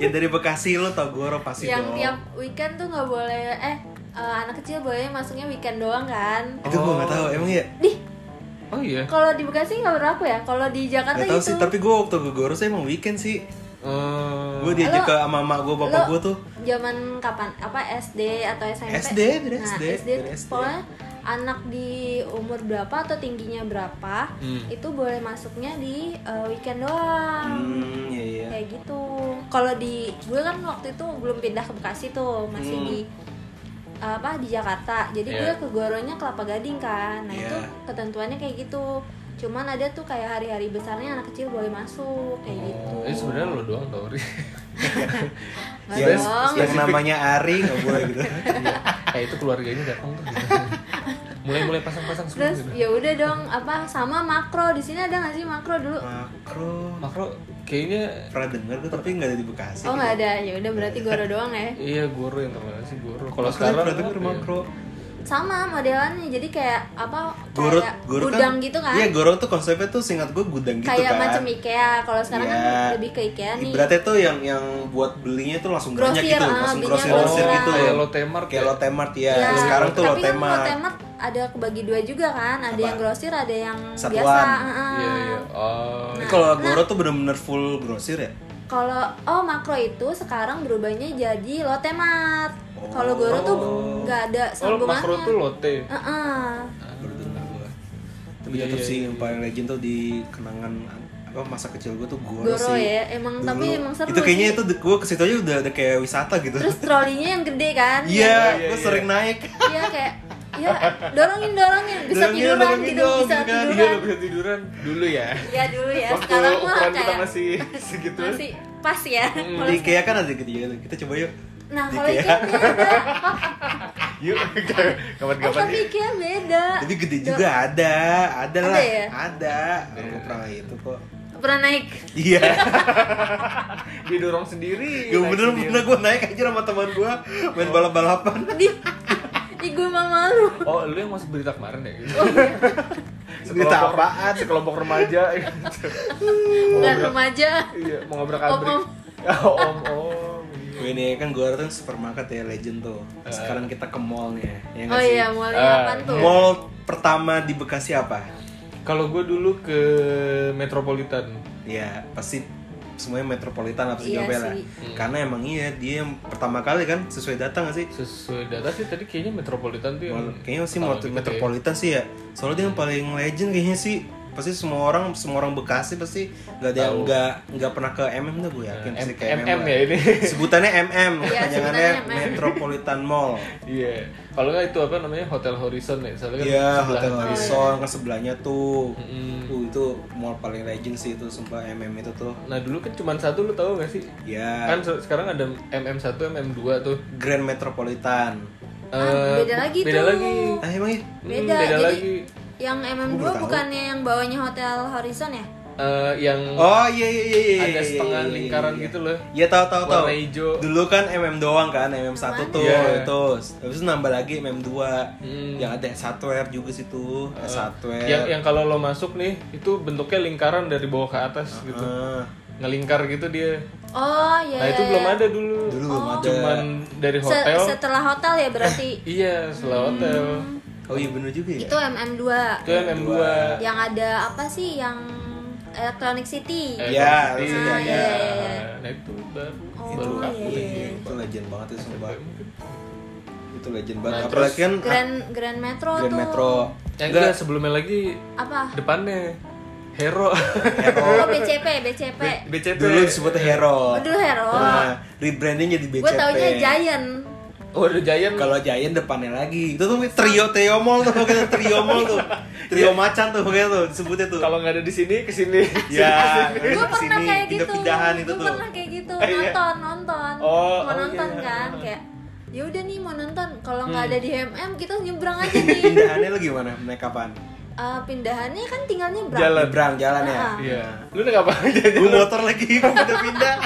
Speaker 3: yang dari Bekasi lu tahu Goro pasti
Speaker 1: Yang
Speaker 3: dong
Speaker 1: tiap weekend tuh nggak boleh eh eh, anak kecil boleh masuknya weekend doang kan.
Speaker 3: itu gua nggak tahu emang ya
Speaker 1: Dih,
Speaker 2: Oh iya.
Speaker 1: kalau di Bekasi nggak berlaku ya? Kalau di Jakarta
Speaker 3: nggak tahu
Speaker 1: gitu.
Speaker 3: sih tapi gua waktu ke Goro sih emang weekend sih
Speaker 2: Eh,
Speaker 3: Gua diajak ke sama mama gua bapak
Speaker 1: Lo
Speaker 3: gua tuh
Speaker 1: Zaman kapan? Apa SD atau SMP?
Speaker 3: SD, dari
Speaker 1: nah,
Speaker 3: SD,
Speaker 1: SD,
Speaker 3: dari SD.
Speaker 1: Pokoknya anak di umur berapa atau tingginya berapa
Speaker 2: Hmm.
Speaker 1: itu boleh masuknya di eh, weekend doang.
Speaker 3: hmm iya iya
Speaker 1: Kayak gitu. Kalau di gue kan waktu itu belum pindah ke Bekasi tuh, masih
Speaker 3: Hmm.
Speaker 1: di apa di Jakarta. Jadi
Speaker 2: Iya.
Speaker 1: gue ke Goronya Kelapa Gading kan. Nah, itu
Speaker 3: Iya.
Speaker 1: ketentuannya kayak gitu. Cuman
Speaker 3: Oh.
Speaker 1: ada tuh kayak hari-hari besarnya anak kecil boleh masuk kayak gitu.
Speaker 2: Eh sebenarnya lo doang tau Ri.
Speaker 3: yang,
Speaker 1: Nggak dong.
Speaker 3: yang namanya Ari nggak boleh gitu
Speaker 2: kayak Eh, itu keluarganya datang tuh mulai mulai pasang pasang semua
Speaker 1: Terus
Speaker 2: gitu.
Speaker 1: ya udah dong apa sama makro di sini ada nggak sih makro dulu?
Speaker 3: makro
Speaker 2: makro kayaknya
Speaker 3: pernah denger gue tapi nggak ada di Bekasi
Speaker 1: Oh nggak ada, ya udah berarti goro doang ya.
Speaker 2: iya guru yang terkenal sih guru kalau
Speaker 3: Makro,
Speaker 2: sekarang
Speaker 3: pernah denger
Speaker 2: apa ya?
Speaker 3: makro
Speaker 1: Sama modelannya jadi kayak apa
Speaker 3: Gorot,
Speaker 1: kayak
Speaker 3: gorot
Speaker 1: gudang
Speaker 3: kan,
Speaker 1: gitu kan?
Speaker 3: Iya, gorot tuh konsepnya tuh singkat gue gudang gitu
Speaker 1: kayak
Speaker 3: kan.
Speaker 1: macam IKEA. Kalau sekarang
Speaker 3: Iya.
Speaker 1: kan lebih ke IKEA nih.
Speaker 3: Ibaratnya tuh yang yang buat belinya tuh langsung
Speaker 1: Grosir,
Speaker 3: banyak
Speaker 1: ah,
Speaker 3: gitu, langsung
Speaker 1: belinya
Speaker 3: grosir grosir
Speaker 1: grosir.
Speaker 3: gitu.
Speaker 2: Kayak Lotemart
Speaker 3: kayak
Speaker 2: ya?
Speaker 3: Lotemart ya.
Speaker 1: Iya.
Speaker 3: Sekarang tuh
Speaker 1: Tapi kan
Speaker 3: Lotemart.
Speaker 1: Lotemart ada kebagi dua juga kan, ada
Speaker 3: Apa?
Speaker 1: yang grosir, ada yang
Speaker 3: Satuan.
Speaker 1: biasa. heeh.
Speaker 2: iya iya oh
Speaker 1: Nah,
Speaker 3: Ini Kalau gorot tuh bener-bener full grosir ya.
Speaker 1: Kalau oh makro itu sekarang berubahnya jadi lotemart. Kalau goro tuh nggak ada
Speaker 2: oh makro
Speaker 1: sambungannya.
Speaker 2: tuh lote
Speaker 1: Heeh.
Speaker 3: Baru dengar gue. Tapi tetep sih yang paling legend tuh di kenangan apa masa kecil gue tuh gorot
Speaker 1: Goro
Speaker 3: sih.
Speaker 1: ya, emang tapi
Speaker 3: Dulu.
Speaker 1: emang seru.
Speaker 3: Itu kayaknya
Speaker 1: sih.
Speaker 3: itu gue ke situ aja udah ada kayak wisata gitu.
Speaker 1: Terus trolinya yang gede kan?
Speaker 3: Iya, gue sering naik.
Speaker 1: Iya kayak ya dorongin dorongin bisa
Speaker 3: Dorongin,
Speaker 1: tiduran
Speaker 3: dorongin
Speaker 1: gitu
Speaker 3: dong,
Speaker 1: bisa
Speaker 3: gitu kan.
Speaker 2: iya
Speaker 1: tiduran.
Speaker 2: lu bisa tiduran dulu ya
Speaker 1: Iya dulu ya,
Speaker 2: waktu
Speaker 1: sekarang mah
Speaker 2: ukuran kita
Speaker 1: kayak
Speaker 2: masih gitu. segitu
Speaker 1: masih pas ya.
Speaker 3: Di IKEA kan ada gitu ya. Kita coba yuk.
Speaker 1: Nah,
Speaker 3: Di
Speaker 1: kalau
Speaker 3: IKEA.
Speaker 1: IKEA nya ada.
Speaker 2: Ah, yuk
Speaker 1: Eh,
Speaker 2: kapan-kapan ya?
Speaker 1: tapi IKEA beda.
Speaker 3: Tapi gede juga ada, ada
Speaker 1: Ada
Speaker 3: lah,
Speaker 1: ya?
Speaker 3: ada. Aku pernah itu kok.
Speaker 1: Pernah naik.
Speaker 3: Iya,
Speaker 2: didorong sendiri
Speaker 3: gue
Speaker 2: naik
Speaker 3: bener
Speaker 2: sendiri.
Speaker 3: bener gue naik aja sama teman gue main balap balapan.
Speaker 1: Di Ih, gue mah malu.
Speaker 2: oh lu yang masuk berita
Speaker 1: Oh,
Speaker 2: kemarin ya
Speaker 1: iya.
Speaker 2: gitu
Speaker 3: Berita
Speaker 2: Sekelompok-
Speaker 3: apaan?
Speaker 2: sekelompok remaja gitu.
Speaker 1: Bukan remaja.
Speaker 2: iya mau ngobrak
Speaker 1: Om-om.
Speaker 2: abrik om om, om.
Speaker 3: Ini kan gue kan supermarket ya legend tuh. Sekarang kita ke mall nih ya. ya
Speaker 1: Oh
Speaker 3: nggak sih?
Speaker 1: iya, mulai
Speaker 2: Ah,
Speaker 1: apaan tuh?
Speaker 3: Mall pertama di Bekasi apa?
Speaker 2: kalau gue dulu ke metropolitan
Speaker 3: Ya pasti semuanya metropolitan lah pasti
Speaker 1: Iya
Speaker 3: Jombel lah.
Speaker 1: sih.
Speaker 2: Hmm.
Speaker 3: Karena emang iya dia yang pertama kali kan sesuai datang nggak sih?
Speaker 2: sesuai data sih tadi kayaknya metropolitan tuh yang
Speaker 3: Wal- kayaknya sih
Speaker 2: pertama
Speaker 3: mot-
Speaker 2: gitu ya.
Speaker 3: metropolitan sih ya soalnya dia yang paling legend kayaknya sih pasti semua orang semua orang Bekasi pasti nggak ada yang nggak nggak pernah ke MM tuh gue yakin pasti ke
Speaker 2: MM
Speaker 3: lah.
Speaker 2: ya ini.
Speaker 3: sebutannya MM
Speaker 1: Iya,
Speaker 3: kepanjangannya
Speaker 1: sebutannya MM.
Speaker 3: Metropolitan Mall
Speaker 2: Iya. Kalau nggak itu apa namanya Hotel Horizon ya, soalnya kan Hmm.
Speaker 3: Iya,
Speaker 2: sebelah.
Speaker 1: Oh,
Speaker 3: Hotel Horizon kan sebelahnya tuh.
Speaker 2: Mm-mm.
Speaker 3: Tuh itu mall paling legend sih itu sumpah MM itu tuh.
Speaker 2: Nah dulu kan cuma satu lu tahu nggak sih?
Speaker 3: Ya,
Speaker 2: Kan se- sekarang ada MM1, MM2 tuh.
Speaker 3: Grand Metropolitan.
Speaker 1: Ah,
Speaker 2: Eh,
Speaker 1: beda lagi
Speaker 2: beda
Speaker 1: tuh.
Speaker 2: lagi.
Speaker 3: Ah, emang iya?
Speaker 2: Hmm,
Speaker 1: Beda,
Speaker 2: beda
Speaker 1: jadi-
Speaker 2: lagi.
Speaker 1: Yang MM2 bukannya yang bawahnya Hotel Horizon ya?
Speaker 2: Eh, yang
Speaker 3: Oh iya iya iya iya.
Speaker 2: ada
Speaker 3: iya,
Speaker 2: setengah
Speaker 3: iya, iya,
Speaker 2: lingkaran
Speaker 3: iya.
Speaker 2: gitu loh.
Speaker 3: Iya tahu tahu tahu.
Speaker 2: Warna hijau.
Speaker 3: Dulu kan MM doang kan, MM 1 tuh
Speaker 2: Iya.
Speaker 3: itu. Habis itu nambah lagi MM 2.
Speaker 2: Hmm. Oh. Ya.
Speaker 3: Yang ada hardware juga situ, hardware.
Speaker 2: Yang yang kalau lo masuk nih itu bentuknya lingkaran dari bawah ke atas gitu.
Speaker 3: Ah,
Speaker 2: Ngelingkar gitu dia.
Speaker 1: Oh iya.
Speaker 2: Nah, itu
Speaker 1: iya,
Speaker 2: belum
Speaker 1: iya.
Speaker 2: ada dulu.
Speaker 3: dulu belum ada.
Speaker 2: Cuman dari
Speaker 1: Se- Hmm.
Speaker 2: hotel.
Speaker 1: setelah hotel ya berarti.
Speaker 2: Iya, setelah hotel.
Speaker 3: Oh iya bener juga ya.
Speaker 1: itu MM2.
Speaker 2: Itu MM2.
Speaker 1: Yang ada apa sih yang Electronic City?
Speaker 2: Eh,
Speaker 3: Iya,
Speaker 2: City.
Speaker 3: langsung
Speaker 1: Ah,
Speaker 3: ada.
Speaker 1: iya, iya, iya.
Speaker 2: Nah, itu baru
Speaker 1: Oh,
Speaker 2: baru
Speaker 1: iya,
Speaker 2: kaku.
Speaker 1: iya.
Speaker 3: Iya, Itu legend banget ya sumpah. Itu legend banget.
Speaker 2: Nah,
Speaker 3: Apalagi kan ah,
Speaker 1: Grand Grand Metro
Speaker 3: Grand
Speaker 1: tuh.
Speaker 3: Metro.
Speaker 2: Yang Ya, enggak sebelumnya lagi
Speaker 1: Apa?
Speaker 2: depannya Hero.
Speaker 1: Oh, BCP, BCP.
Speaker 2: BCP.
Speaker 3: Dulu disebut Hero.
Speaker 1: Oh, dulu Hero.
Speaker 3: Nah, rebranding jadi BCP.
Speaker 1: Gue taunya Giant.
Speaker 2: Oh, ada Giant.
Speaker 3: Kalau Giant depannya lagi. Itu tuh trio Teomol tuh pokoknya trio mall tuh. Trio
Speaker 1: Iya.
Speaker 3: macan tuh pokoknya tuh disebutnya tuh.
Speaker 2: Kalau nggak ada di sini ke sini.
Speaker 3: ya,
Speaker 1: Gue pernah kayak gitu.
Speaker 3: pindahan itu
Speaker 1: Gue
Speaker 3: tuh.
Speaker 1: pernah kayak gitu. Nonton, nonton.
Speaker 2: Oh,
Speaker 1: mau
Speaker 2: oh,
Speaker 1: nonton
Speaker 2: iya.
Speaker 1: kan kayak ya udah nih mau nonton kalau nggak ada di HMM kita nyebrang aja nih
Speaker 3: Pindahannya lu gimana? Naik kapan?
Speaker 1: Eh, pindahannya kan tinggal nyebrang
Speaker 2: Jalan.
Speaker 3: Nyebrang jalan ya.
Speaker 1: Ah.
Speaker 2: Iya. Lu udah ngapain jadi?
Speaker 3: Gue motor lagi, gue pindah-pindah.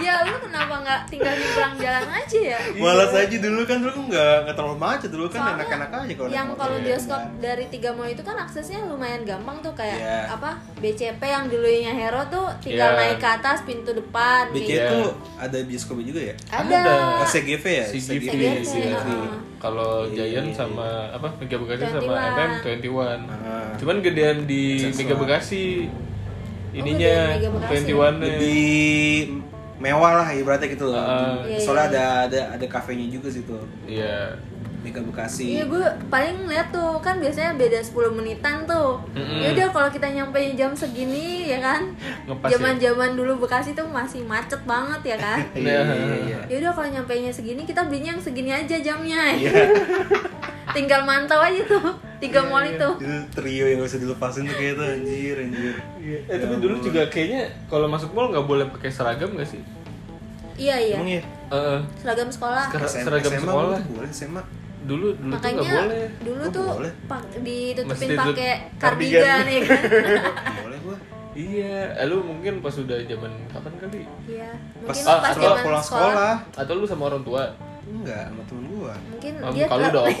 Speaker 1: ya lu kenapa nggak tinggal nyebrang jalan aja ya
Speaker 3: Malas aja dulu kan dulu kan nggak nggak terlalu macet dulu kan
Speaker 1: Soalnya
Speaker 3: enak-enak aja kalau naik
Speaker 1: yang
Speaker 3: motor,
Speaker 1: kalau
Speaker 3: ya
Speaker 1: bioskop
Speaker 3: kan?
Speaker 1: dari tiga mall itu kan aksesnya lumayan gampang tuh kayak
Speaker 3: Iya.
Speaker 1: apa BCP yang dulunya Hero tuh tinggal
Speaker 2: Iya.
Speaker 1: naik ke atas pintu depan
Speaker 3: BC
Speaker 1: kayak gitu.
Speaker 2: Iya.
Speaker 3: tuh ada bioskopnya juga ya?
Speaker 1: ada
Speaker 2: Ada.
Speaker 3: Oh, CGV ya?
Speaker 2: CGV,
Speaker 1: CGV,
Speaker 2: CGV.
Speaker 1: heeh.
Speaker 2: Iya, Kalau Giant sama apa Mega Bekasi
Speaker 1: 21.
Speaker 2: sama MM 21.
Speaker 3: Ah.
Speaker 2: Cuman gedean di
Speaker 3: Aksesuar.
Speaker 2: Mega
Speaker 1: Oh,
Speaker 2: Bekasi.
Speaker 1: gedean
Speaker 2: Ininya
Speaker 1: Mega Bekasi.
Speaker 2: 21
Speaker 3: ya?
Speaker 2: -nya.
Speaker 3: lebih mewah lah ibaratnya gitu loh.
Speaker 2: Ah.
Speaker 1: Iya,
Speaker 3: Soalnya ada ada ada kafenya juga situ.
Speaker 2: Iya.
Speaker 3: Mega Bekasi.
Speaker 1: Iya gue paling lihat tuh kan biasanya beda 10 menitan tuh.
Speaker 2: Mm-mm.
Speaker 1: Ya udah kalau kita nyampe jam segini ya kan.
Speaker 2: Ngepas ya.
Speaker 1: Zaman-zaman dulu Bekasi tuh masih macet banget ya kan.
Speaker 2: Iya.
Speaker 1: Ya udah kalau nyampe nya segini kita belinya yang segini aja jamnya. Tinggal mantau aja tuh tiga mall itu.
Speaker 3: Itu trio yang gak bisa dilepasin tuh kayak itu anjir anjir.
Speaker 2: Eh tapi dulu juga kayaknya kalau masuk mall nggak boleh pakai seragam nggak sih?
Speaker 1: Iya iya.
Speaker 3: Emang ya
Speaker 2: Heeh.
Speaker 1: Seragam sekolah.
Speaker 2: Sekarang-
Speaker 3: SMA,
Speaker 2: Seragam
Speaker 3: SMA
Speaker 2: sekolah.
Speaker 3: tuh boleh SMA.
Speaker 2: dulu dulu tuh
Speaker 1: Makanya
Speaker 2: nggak boleh
Speaker 1: dulu
Speaker 3: Gua
Speaker 1: tuh
Speaker 3: boleh.
Speaker 1: pa- ditutupin
Speaker 2: Mesti tutup
Speaker 1: pakai
Speaker 3: kardigan.
Speaker 1: kardigan ya kan.
Speaker 3: boleh gua.
Speaker 2: iya eh, lu mungkin pas udah zaman kapan kali
Speaker 1: Iya.
Speaker 3: Pas,
Speaker 1: Mungkin
Speaker 2: ah,
Speaker 1: pas
Speaker 2: setelah
Speaker 1: zaman
Speaker 3: pulang sekolah.
Speaker 2: atau lu sama orang tua
Speaker 3: Enggak, sama temen gua.
Speaker 1: Mungkin
Speaker 2: Ah,
Speaker 1: dia
Speaker 2: muka lu udah
Speaker 1: terlihat.
Speaker 2: ompong.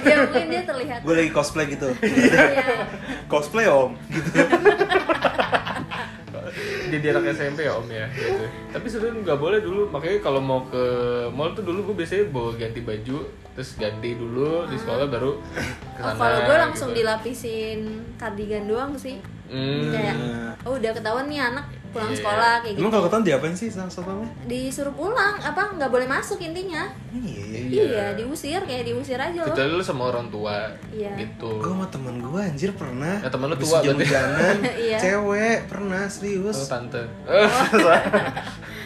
Speaker 1: Iya. Ya, mungkin dia terlihat.
Speaker 3: Gua lagi cosplay gitu.
Speaker 1: Iya.
Speaker 3: cosplay om.
Speaker 2: jadi anak SMP ya om ya gitu. tapi sebenarnya nggak boleh dulu makanya kalau mau ke mall tuh dulu gue biasanya bawa ganti baju terus ganti dulu di sekolah baru ke
Speaker 1: Oh,
Speaker 2: sana
Speaker 1: kalau gue langsung
Speaker 2: gitu.
Speaker 1: dilapisin kardigan doang sih.
Speaker 2: Hmm.
Speaker 1: Kayak oh udah ketahuan nih anak pulang
Speaker 2: Iya.
Speaker 1: sekolah kayak gitu.
Speaker 3: Emang kalau ketahuan diapain sih sama satpamnya?
Speaker 1: Disuruh pulang apa nggak boleh masuk intinya.
Speaker 3: Iya.
Speaker 2: Iya.
Speaker 1: Iya, diusir kayak diusir aja loh.
Speaker 2: kecuali lu sama orang tua
Speaker 1: Iya.
Speaker 2: gitu
Speaker 3: Gua sama temen gua anjir pernah.
Speaker 2: Ya, temen lu
Speaker 3: Habis
Speaker 2: tua berarti.
Speaker 3: hujan-hujanan,
Speaker 1: Iya.
Speaker 3: cewek pernah
Speaker 2: Oh,
Speaker 3: serius.
Speaker 2: tante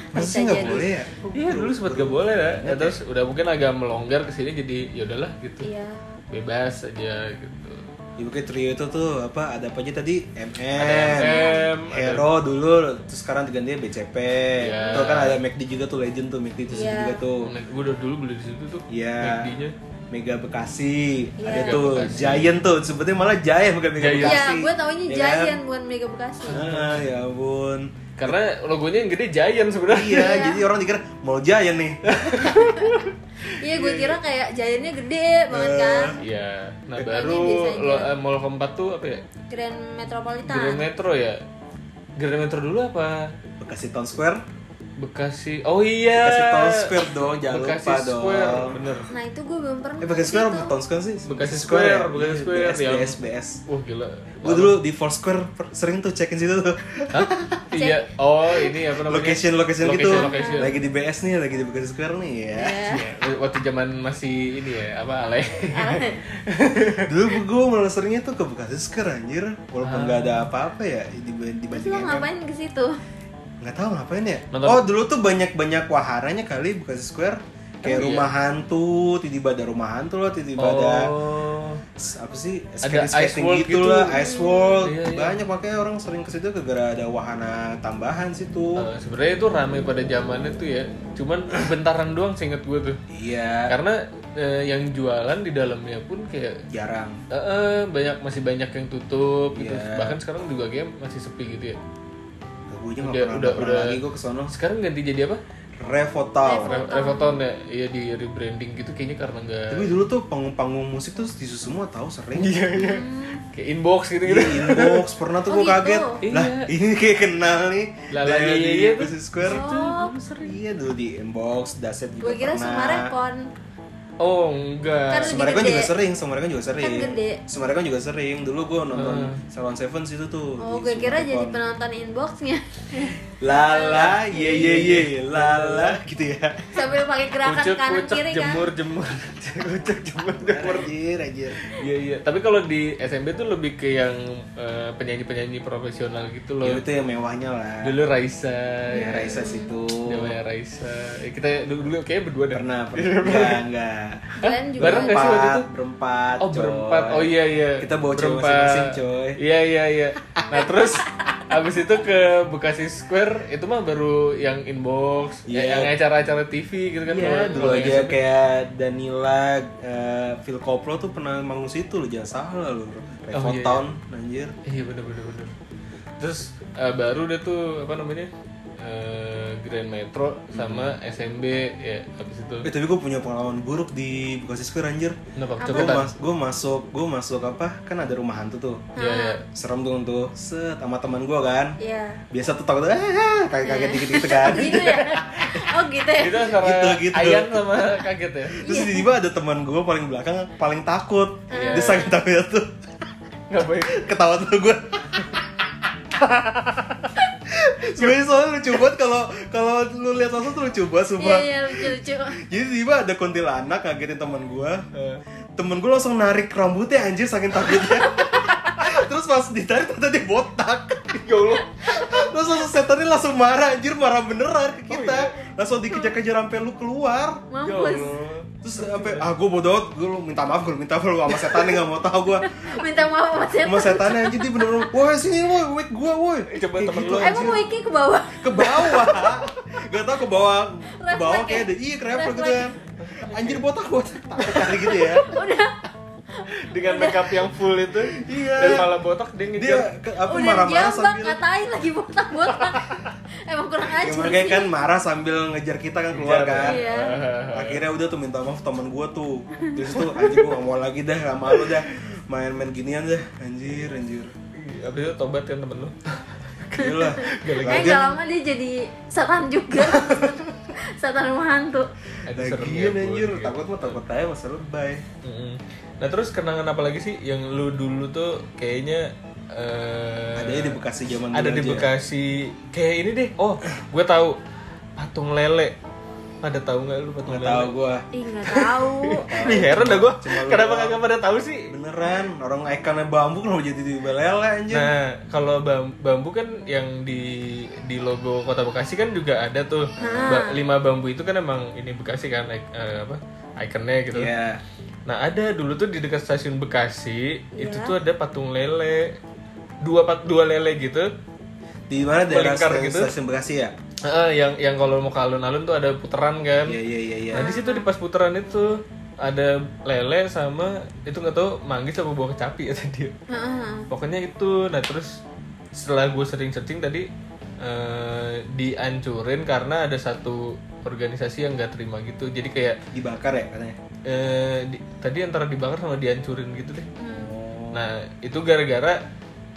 Speaker 1: Bisa
Speaker 3: Masih nggak
Speaker 1: jadi.
Speaker 3: boleh ya?
Speaker 2: iya dulu sempat gak boleh ya Nah, terus udah mungkin agak melonggar ke sini jadi ya udahlah gitu
Speaker 1: Iya.
Speaker 2: bebas aja gitu
Speaker 3: Ibu kayak trio itu tuh apa ada apa aja tadi MM,
Speaker 2: MM
Speaker 3: Hero dulu, terus sekarang diganti BCP.
Speaker 2: Iya.
Speaker 3: Tuh kan ada McD juga tuh Legend tuh McD itu
Speaker 1: Iya.
Speaker 3: juga tuh.
Speaker 2: gue udah dulu beli di situ tuh
Speaker 3: Oh. Iya.
Speaker 2: McD-nya.
Speaker 3: Mega Bekasi,
Speaker 1: Iya.
Speaker 3: ada
Speaker 2: Mega
Speaker 3: tuh
Speaker 2: Bekasi.
Speaker 3: Giant tuh, sebetulnya malah Giant bukan Mega
Speaker 2: Giant.
Speaker 3: Bekasi.
Speaker 1: Iya, gue taunya
Speaker 3: Ya kan?
Speaker 1: Giant bukan Mega Bekasi.
Speaker 3: Ah, ya ampun.
Speaker 2: karena logonya yang gede Giant sebenarnya
Speaker 3: Iya, jadi orang dikira mau Giant nih.
Speaker 1: Iya, gue kira kayak Giantnya gede banget kan.
Speaker 2: iya nah
Speaker 1: Ini
Speaker 2: baru
Speaker 1: biasa aja.
Speaker 2: lo, eh, mall keempat tuh apa ya
Speaker 1: Grand Metropolitan.
Speaker 2: Grand Metro ya Grand Metro dulu apa
Speaker 3: Bekasi Town Square,
Speaker 2: Bekasi oh iya
Speaker 3: Bekasi Town Square dong, jangan
Speaker 2: Bekasi
Speaker 3: lupa dong.
Speaker 2: Square bener
Speaker 1: Nah, itu gue belum pernah.
Speaker 3: Eh Bekasi Square
Speaker 1: itu.
Speaker 3: apa Town Square sih?
Speaker 2: Bekasi Square,
Speaker 3: ya?
Speaker 2: Bekasi
Speaker 3: Iya,
Speaker 2: Square,
Speaker 3: BS,
Speaker 2: yang-
Speaker 3: BS, BS.
Speaker 2: wah gila
Speaker 3: Gue dulu di Foursquare per- sering tuh cekin situ tuh.
Speaker 2: Hah? iya oh ini apa namanya
Speaker 3: Location, location gitu.
Speaker 2: location.
Speaker 3: Lagi di BS nih, lagi di Bekasi Square nih ya.
Speaker 2: Iya, waktu zaman masih ini ya apa ale
Speaker 3: Dulu gue malah seringnya tuh ke Bekasi Square anjir Walaupun nggak
Speaker 2: Ah.
Speaker 3: ada apa-apa ya di,
Speaker 1: Terus
Speaker 3: dibanding
Speaker 1: lo
Speaker 3: MM.
Speaker 1: ngapain ke situ?
Speaker 3: Nggak tahu ngapain ya
Speaker 2: Nonton.
Speaker 3: Oh dulu tuh banyak-banyak waharanya kali Bekasi Square
Speaker 2: Oh,
Speaker 3: Kayak
Speaker 2: iya.
Speaker 3: rumah hantu, tiba-tiba ada rumah hantu loh, tiba-tiba ada
Speaker 2: oh
Speaker 3: s- apa sih
Speaker 2: Ada
Speaker 3: skating
Speaker 2: ice world
Speaker 3: gitu,
Speaker 2: gitu.
Speaker 3: lah, ice world.
Speaker 2: Iya, iya.
Speaker 3: Banyak makanya orang sering ke situ gara ada wahana tambahan situ.
Speaker 2: Eh, sebenarnya itu ramai pada zamannya tuh ya cuman bentaran doang seinget gue tuh
Speaker 3: Iya,
Speaker 2: karena eh, yang jualan di dalamnya pun kayak
Speaker 3: jarang.
Speaker 2: eh, eh, banyak masih banyak yang tutup gitu
Speaker 3: Iya.
Speaker 2: bahkan sekarang juga game masih sepi gitu ya
Speaker 3: Gue aja
Speaker 2: Udah-
Speaker 3: nggak pernah,
Speaker 2: udah-
Speaker 3: nggak pernah
Speaker 2: udah.
Speaker 3: lagi gue ke sono.
Speaker 2: sekarang ganti jadi apa
Speaker 3: Revotal.
Speaker 2: Re- Revoton ya iya di rebranding gitu kayaknya karena nggak
Speaker 3: Tapi dulu tuh panggung-panggung musik tuh di semua tahu sering.
Speaker 2: Iya. kayak inbox gitu gitu
Speaker 3: Di inbox pernah tuh
Speaker 1: Oh,
Speaker 3: gue kaget.
Speaker 2: gitu?
Speaker 3: Lah,
Speaker 2: Iya.
Speaker 3: ini kayak kenal nih.
Speaker 2: Lah,
Speaker 3: Dari
Speaker 2: lagi
Speaker 3: di
Speaker 2: iya tuh.
Speaker 3: Bekasi Square.
Speaker 1: Oh,
Speaker 3: Iya dulu di inbox, daset juga
Speaker 1: gue kira
Speaker 3: pernah.
Speaker 1: Sumarekon.
Speaker 2: oh enggak
Speaker 1: Kan lebih
Speaker 3: Sumarekon
Speaker 1: gede.
Speaker 3: juga sering, Sumarekon juga sering.
Speaker 1: Kan gede.
Speaker 3: Sumarekon juga sering. Dulu gue nonton
Speaker 2: Hmm.
Speaker 3: Salon Seven situ tuh.
Speaker 1: Oh,
Speaker 3: di
Speaker 1: gue kira jadi
Speaker 3: Sumarekon.
Speaker 1: penonton inboxnya
Speaker 3: Lala, ye ye ye, lala gitu ya.
Speaker 1: sambil pakai gerakan
Speaker 2: Ucek,
Speaker 1: kanan
Speaker 2: ucek,
Speaker 1: kiri kan.
Speaker 2: jemur, jemur, ucek, jemur, jemur.
Speaker 3: Anjir, anjir.
Speaker 2: Iya iya. Tapi kalau di SMP tuh lebih ke yang eh, penyanyi-penyanyi profesional gitu loh.
Speaker 3: Ya itu yang mewahnya lah.
Speaker 2: Dulu iya, Raisa.
Speaker 3: Ya Raisa situ.
Speaker 2: Namanya Raisa. Eh, kita dulu, dulu kayaknya berdua deh.
Speaker 3: Pernah, pernah. Enggak, enggak.
Speaker 1: Kalian juga
Speaker 2: Bareng nggak sih waktu itu?
Speaker 3: Berempat, berempat.
Speaker 2: Oh
Speaker 3: coy.
Speaker 2: berempat. Oh iya iya.
Speaker 3: Kita bawa cewek
Speaker 2: Berempat.
Speaker 3: masing-masing, coy.
Speaker 2: Iya iya iya. Nah terus abis itu ke Bekasi Square itu mah baru yang inbox, ya,
Speaker 3: Iya.
Speaker 2: yang acara-acara TV gitu kan.
Speaker 3: Iya,
Speaker 2: kalau-
Speaker 3: dulu
Speaker 2: kalau
Speaker 3: aja
Speaker 2: yang-
Speaker 3: kayak Danila, eh, Phil Koplo tuh pernah manggung situ lo jangan salah lo.
Speaker 2: Oh,
Speaker 3: Revotown,
Speaker 2: iya,
Speaker 3: anjir.
Speaker 2: Iya bener bener bener. Terus eh, baru deh tuh apa namanya eh, Grand Metro sama
Speaker 3: Hmm.
Speaker 2: SMB ya abis itu.
Speaker 3: Eh, tapi gue punya pengalaman buruk di Bekasi Square anjir.
Speaker 2: Kenapa
Speaker 3: Gue
Speaker 2: kecopetan?
Speaker 3: mas, gue masuk, gue masuk apa? Kan ada rumah hantu tuh.
Speaker 2: Iya iya.
Speaker 3: Serem tuh tuh, set sama teman gue kan.
Speaker 1: Iya.
Speaker 3: Biasa tuh takut, ah,
Speaker 2: Iya.
Speaker 3: kaget-kaget dikit-dikit kan.
Speaker 1: Gitu ya. Oh, gitu ya.
Speaker 2: Itu antara
Speaker 3: Gitu, gitu.
Speaker 2: Ayan sama kaget ya.
Speaker 3: Terus tiba-tiba ada teman gue paling belakang paling takut.
Speaker 2: Iya.
Speaker 3: Dia sakit takutnya tuh
Speaker 2: Nggak baik.
Speaker 3: ketawa tuh gue. Sebenarnya soalnya lucu banget kalau kalau lu lihat langsung tuh lucu banget
Speaker 1: Iya,
Speaker 3: sumpah.
Speaker 1: iya, lucu-lucu.
Speaker 3: Jadi tiba ada kuntilanak kagetin teman gue. eh, Temen gue langsung narik rambutnya anjir saking takutnya. Terus pas ditarik ternyata dia botak.
Speaker 2: Ya Allah.
Speaker 3: Terus langsung setannya langsung marah anjir marah beneran ke kita. Langsung dikejar-kejar sampai lu keluar.
Speaker 2: Ya
Speaker 1: Mampus.
Speaker 2: Allah.
Speaker 3: terus sampai ah gue bodoh gue lu minta maaf gue minta maaf lu sama setan nih, nggak mau tahu gue
Speaker 1: Minta maaf sama setan.
Speaker 3: sama setan aja dia bener-bener woi sini woi wake gue woi
Speaker 2: Eh, Coba temen lu.
Speaker 1: Emang Wiki ke bawah.
Speaker 3: ke bawah Gak tau ke bawah, ke
Speaker 1: Refleks
Speaker 3: bawah
Speaker 1: ya?
Speaker 3: kayak ada iya kerepek gitu
Speaker 1: Refleks.
Speaker 3: kan. Anjir botak botak takut kali gitu ya.
Speaker 1: udah
Speaker 2: dengan makeup yang full itu
Speaker 3: Iya.
Speaker 2: dan malah botak dia
Speaker 3: Dia
Speaker 2: ngejar
Speaker 3: ke, apa
Speaker 1: udah
Speaker 3: marah-marah
Speaker 1: jambak
Speaker 3: sambil
Speaker 1: ngatain lagi botak-botak emang kurang
Speaker 3: Ya,
Speaker 1: ajar
Speaker 3: makanya
Speaker 1: sih
Speaker 3: kan marah sambil ngejar kita kan keluar kan.
Speaker 1: Iya.
Speaker 3: Akhirnya udah tuh minta maaf temen gue tuh. Terus tuh anjir gue gak mau lagi dah sama lu dah. Main-main ginian dah. Anjir, anjir.
Speaker 2: abis itu tobat kan temen lu
Speaker 3: Gila.
Speaker 1: eh
Speaker 3: Lagian-
Speaker 1: gak lama dia jadi setan juga setan rumah hantu
Speaker 2: Aduh, serem ya,
Speaker 3: Lagian
Speaker 2: Bu.
Speaker 3: anjir,
Speaker 2: Iya.
Speaker 3: takut mah takut aja masa lebay
Speaker 2: Mm-mm. nah terus kenangan apa lagi sih yang lu dulu tuh kayaknya eh,
Speaker 3: Adanya ya di Bekasi zaman
Speaker 2: ada
Speaker 3: dulu
Speaker 2: di
Speaker 3: aja. ya?
Speaker 2: Bekasi kayak ini deh oh gue tahu patung lele pada tahu nggak lu patung lele
Speaker 3: Gak tau gue
Speaker 1: ih nggak tahu
Speaker 2: Ih, heran dah gue
Speaker 3: Cuma lu
Speaker 2: kenapa
Speaker 3: doang.
Speaker 2: kagak pada tahu sih
Speaker 3: Beneran, orang ikonnya bambu kenapa jadi di belela anjir
Speaker 2: Nah, kalau bam- bambu kan yang di di logo Kota Bekasi kan juga ada tuh.
Speaker 3: Ah.
Speaker 2: Ba- lima bambu itu kan emang ini Bekasi kan ik- eh, apa? Ikonnya gitu.
Speaker 3: Iya
Speaker 2: Nah, ada dulu tuh di dekat stasiun Bekasi,
Speaker 3: Iya.
Speaker 2: itu tuh ada patung lele. Dua pat dua lele gitu.
Speaker 3: Di mana daerah
Speaker 2: Melingkar
Speaker 3: stasiun,
Speaker 2: gitu.
Speaker 3: stasiun Bekasi ya?
Speaker 2: Eh, yang yang kalau mau ke alun-alun tuh ada puteran kan.
Speaker 3: Iya iya iya iya
Speaker 2: Nah, di situ di pas puteran itu ada lele sama itu nggak tahu manggis apa buah kecapi ya tadi.
Speaker 1: Heeh.
Speaker 2: pokoknya itu nah terus setelah gue sering searching tadi eh, diancurin karena ada satu organisasi yang nggak terima gitu jadi kayak
Speaker 3: Dibakar ya katanya
Speaker 2: eh, di- tadi antara dibakar sama dihancurin gitu deh
Speaker 3: Hmm.
Speaker 2: nah itu gara-gara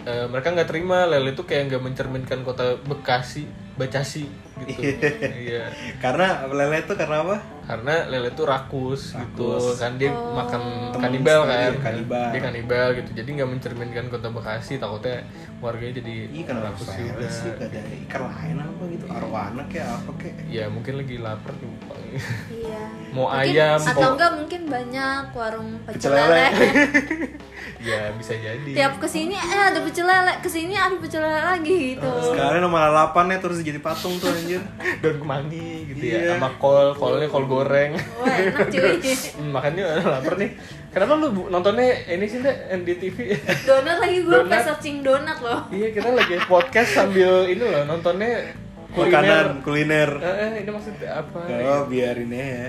Speaker 2: eh, mereka nggak terima lele itu kayak nggak mencerminkan kota Bekasi Bacasi gitu iya
Speaker 3: Karena lele itu karena apa?
Speaker 2: karena lele itu rakus, gitu kan dia makan
Speaker 3: Temen
Speaker 2: kanibal
Speaker 3: sendiri,
Speaker 2: kan
Speaker 3: kanibal.
Speaker 2: dia kanibal gitu jadi nggak mencerminkan kota Bekasi takutnya warganya jadi
Speaker 3: Iya kenapa
Speaker 2: rakus
Speaker 3: lele
Speaker 2: juga
Speaker 3: sih? Gak ada ikan lain apa gitu Arwana kayak apa kayak
Speaker 2: ya mungkin lagi lapar lupa
Speaker 1: iya
Speaker 2: mau
Speaker 1: Mungkin-
Speaker 2: ayam
Speaker 1: atau
Speaker 2: mau-
Speaker 1: enggak mungkin banyak warung pecel
Speaker 3: Ya, Pecel lele.
Speaker 1: lele
Speaker 2: ya bisa jadi
Speaker 1: tiap kesini eh ada pecel lele kesini ada pecel lele lagi gitu
Speaker 3: Sekalian sama lalapannya terus jadi patung tuh anjir
Speaker 2: daun kemangi gitu ya
Speaker 3: Iya.
Speaker 2: sama kol kolnya kol goreng
Speaker 1: wah Oh, enak cuy
Speaker 2: Hmm, makanya lapar nih kenapa lu bu- nontonnya ini sih Ndek, NDTV
Speaker 1: donat lagi gue
Speaker 2: Donat.
Speaker 1: pas searching donat loh
Speaker 2: iya kita lagi podcast sambil ini loh nontonnya kuliner
Speaker 3: Makanan, kuliner
Speaker 2: Eh, eh, ini maksudnya apa
Speaker 3: Oh biarin aja ya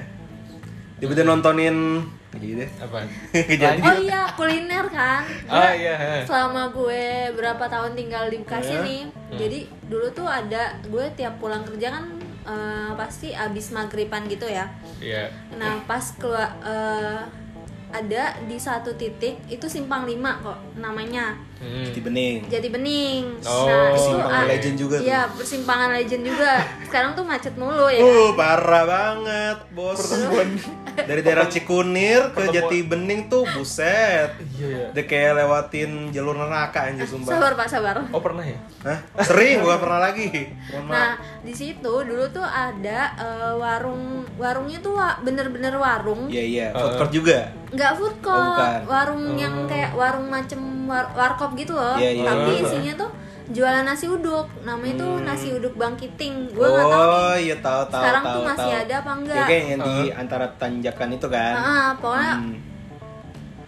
Speaker 3: Tiba-tiba nontonin Iya deh
Speaker 2: Apaan?
Speaker 3: Jadi.
Speaker 1: oh iya kuliner kan
Speaker 2: Ah iya, ha.
Speaker 1: selama gue berapa tahun tinggal di Bekasi nih
Speaker 2: Hmm.
Speaker 1: jadi dulu tuh ada gue tiap pulang kerja kan eh, pasti abis maghriban gitu ya
Speaker 2: iya.
Speaker 1: Nah pas keluar eh, ada di satu titik itu simpang 5 kok namanya
Speaker 2: Hmm.
Speaker 3: Di bening
Speaker 1: jadi bening.
Speaker 2: Oh,
Speaker 1: nah itu
Speaker 2: persimpangan
Speaker 1: ah,
Speaker 3: legend juga tuh.
Speaker 1: Iya persimpangan legend juga. Sekarang tuh macet mulu ya.
Speaker 2: Oh.
Speaker 1: kan?
Speaker 3: Uh, parah banget, bos. Dari daerah Cikunir ke
Speaker 2: Pertemuan.
Speaker 3: Jati Bening tuh buset.
Speaker 2: Iya, iya.
Speaker 3: Udah kayak lewatin jalur neraka anjir sumpah.
Speaker 1: kan? Sabar pak sabar.
Speaker 2: Oh pernah ya?
Speaker 3: Hah? Sering gua pernah lagi. Mohon maaf.
Speaker 1: Nah di situ dulu tuh ada eh, warung warungnya tuh wa- bener-bener warung.
Speaker 3: Iya iya, food court juga.
Speaker 1: nggak food court,
Speaker 3: Oh, bukan.
Speaker 1: warung yang kayak warung macem war- warkop gitu loh,
Speaker 3: Iya, iya. Hmm.
Speaker 1: tapi
Speaker 2: Ah.
Speaker 1: isinya tuh jualan nasi uduk, namanya tuh nasi uduk Bang Kiting, gue nggak tahu nih
Speaker 3: Oh, iya tahu tahu
Speaker 1: Sekarang
Speaker 3: tahu.
Speaker 1: tuh masih
Speaker 3: tahu.
Speaker 1: ada apa enggak?
Speaker 3: Ya, kayak yang di antara tanjakan itu kan.
Speaker 1: Ah, pokoknya
Speaker 3: Hmm.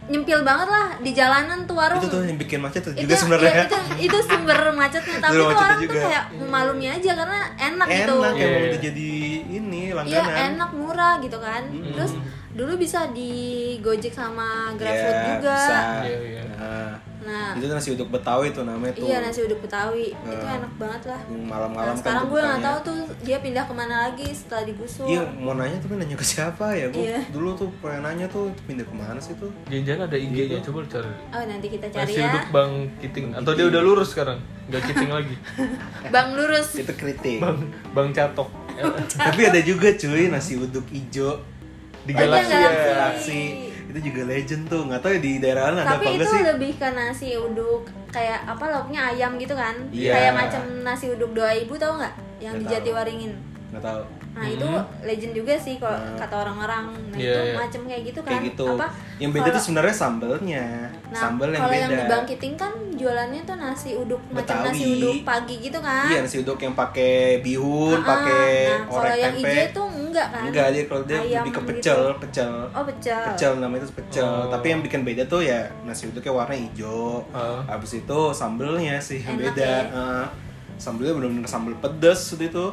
Speaker 1: nyempil banget lah di jalanan tuh warung.
Speaker 3: Itu tuh yang bikin macet tuh
Speaker 1: Itu-
Speaker 3: juga
Speaker 1: iya,
Speaker 3: sebenarnya.
Speaker 1: itu, itu sumber macetnya, tapi
Speaker 3: Sumber
Speaker 1: tuh
Speaker 3: macetnya
Speaker 1: orang tuh
Speaker 3: juga.
Speaker 1: kayak memaklumi aja karena enak, gitu.
Speaker 3: Enak
Speaker 2: Iya,
Speaker 3: emang
Speaker 2: iya.
Speaker 3: udah jadi ini
Speaker 1: Iya
Speaker 3: langganan.
Speaker 1: enak murah gitu kan.
Speaker 3: Hmm.
Speaker 1: Terus dulu bisa di Gojek sama GrabFood
Speaker 3: Iya,
Speaker 1: juga.
Speaker 3: bisa.
Speaker 2: Iya, iya.
Speaker 3: Nah,
Speaker 1: Nah,
Speaker 3: itu tuh nasi uduk Betawi tuh namanya tuh.
Speaker 1: iya nasi uduk Betawi itu enak banget lah.
Speaker 3: Yang
Speaker 1: Nah,
Speaker 3: malam-malam kan
Speaker 1: sekarang
Speaker 3: tuh
Speaker 1: gue nggak
Speaker 3: bukanya.
Speaker 1: tahu tuh dia pindah kemana lagi setelah digusur.
Speaker 3: Iya, mau nanya tapi nanya ke siapa ya? Gue
Speaker 1: Iya.
Speaker 3: dulu tuh pengen nanya tuh pindah kemana sih tuh?
Speaker 2: Jangan-jangan ada IG-nya coba lu cari.
Speaker 1: Oh nanti kita cari
Speaker 2: Nasi
Speaker 1: ya.
Speaker 2: uduk Bang Kiting atau dia udah lurus sekarang? Nggak kiting lagi.
Speaker 1: Bang lurus.
Speaker 3: Itu kritik.
Speaker 2: Bang Bang Catok.
Speaker 1: Eh,
Speaker 2: Ya,
Speaker 3: tapi ada juga cuy nasi uduk ijo
Speaker 2: Di
Speaker 1: Oh, iya,
Speaker 2: Galaxy ya.
Speaker 1: Galaxy.
Speaker 3: Galaxy. Itu juga legend tuh. Nggak tahu ya di daerah lain ada apa
Speaker 1: Tapi
Speaker 3: enggak
Speaker 1: itu
Speaker 3: sih?
Speaker 1: lebih ke nasi uduk kayak apa lauknya ayam gitu kan?
Speaker 3: Iya.
Speaker 1: Kayak macam nasi uduk doa ibu tau nggak? Yang
Speaker 3: Nggak
Speaker 1: di
Speaker 3: tahu. Hmm.
Speaker 1: Jatiwaringin.
Speaker 3: Nggak tahu.
Speaker 1: Nah itu legend juga sih kalau kata orang-orang. Nah
Speaker 2: Iya,
Speaker 1: itu
Speaker 2: iya.
Speaker 1: macam kayak gitu kan?
Speaker 3: Kayak gitu.
Speaker 1: Apa?
Speaker 3: yang beda
Speaker 1: kalau-
Speaker 3: tuh sebenarnya sambelnya.
Speaker 1: Nah,
Speaker 3: Sambel yang
Speaker 1: kalau
Speaker 3: beda.
Speaker 1: yang di Bangkiting kan jualannya tuh nasi uduk macam
Speaker 3: Betawi.
Speaker 1: nasi uduk pagi gitu kan?
Speaker 3: Iya, nasi uduk yang pakai bihun,
Speaker 1: Ah,
Speaker 3: pakai
Speaker 1: nah,
Speaker 3: orek
Speaker 1: kalau yang
Speaker 3: tempe.
Speaker 1: hijau tuh enggak kan?
Speaker 3: Enggak, dia kalau dia
Speaker 1: Ayam
Speaker 3: lebih ke
Speaker 1: gitu.
Speaker 3: pecel, pecel.
Speaker 1: Oh pecel.
Speaker 3: pecel namanya itu pecel
Speaker 2: Oh.
Speaker 3: tapi yang bikin beda tuh ya nasi uduknya warna hijau
Speaker 2: Heeh.
Speaker 3: habis itu sambelnya sih yang
Speaker 1: Enak
Speaker 3: beda
Speaker 1: ya?
Speaker 3: Heeh. sambelnya bener-bener sambel pedes gitu itu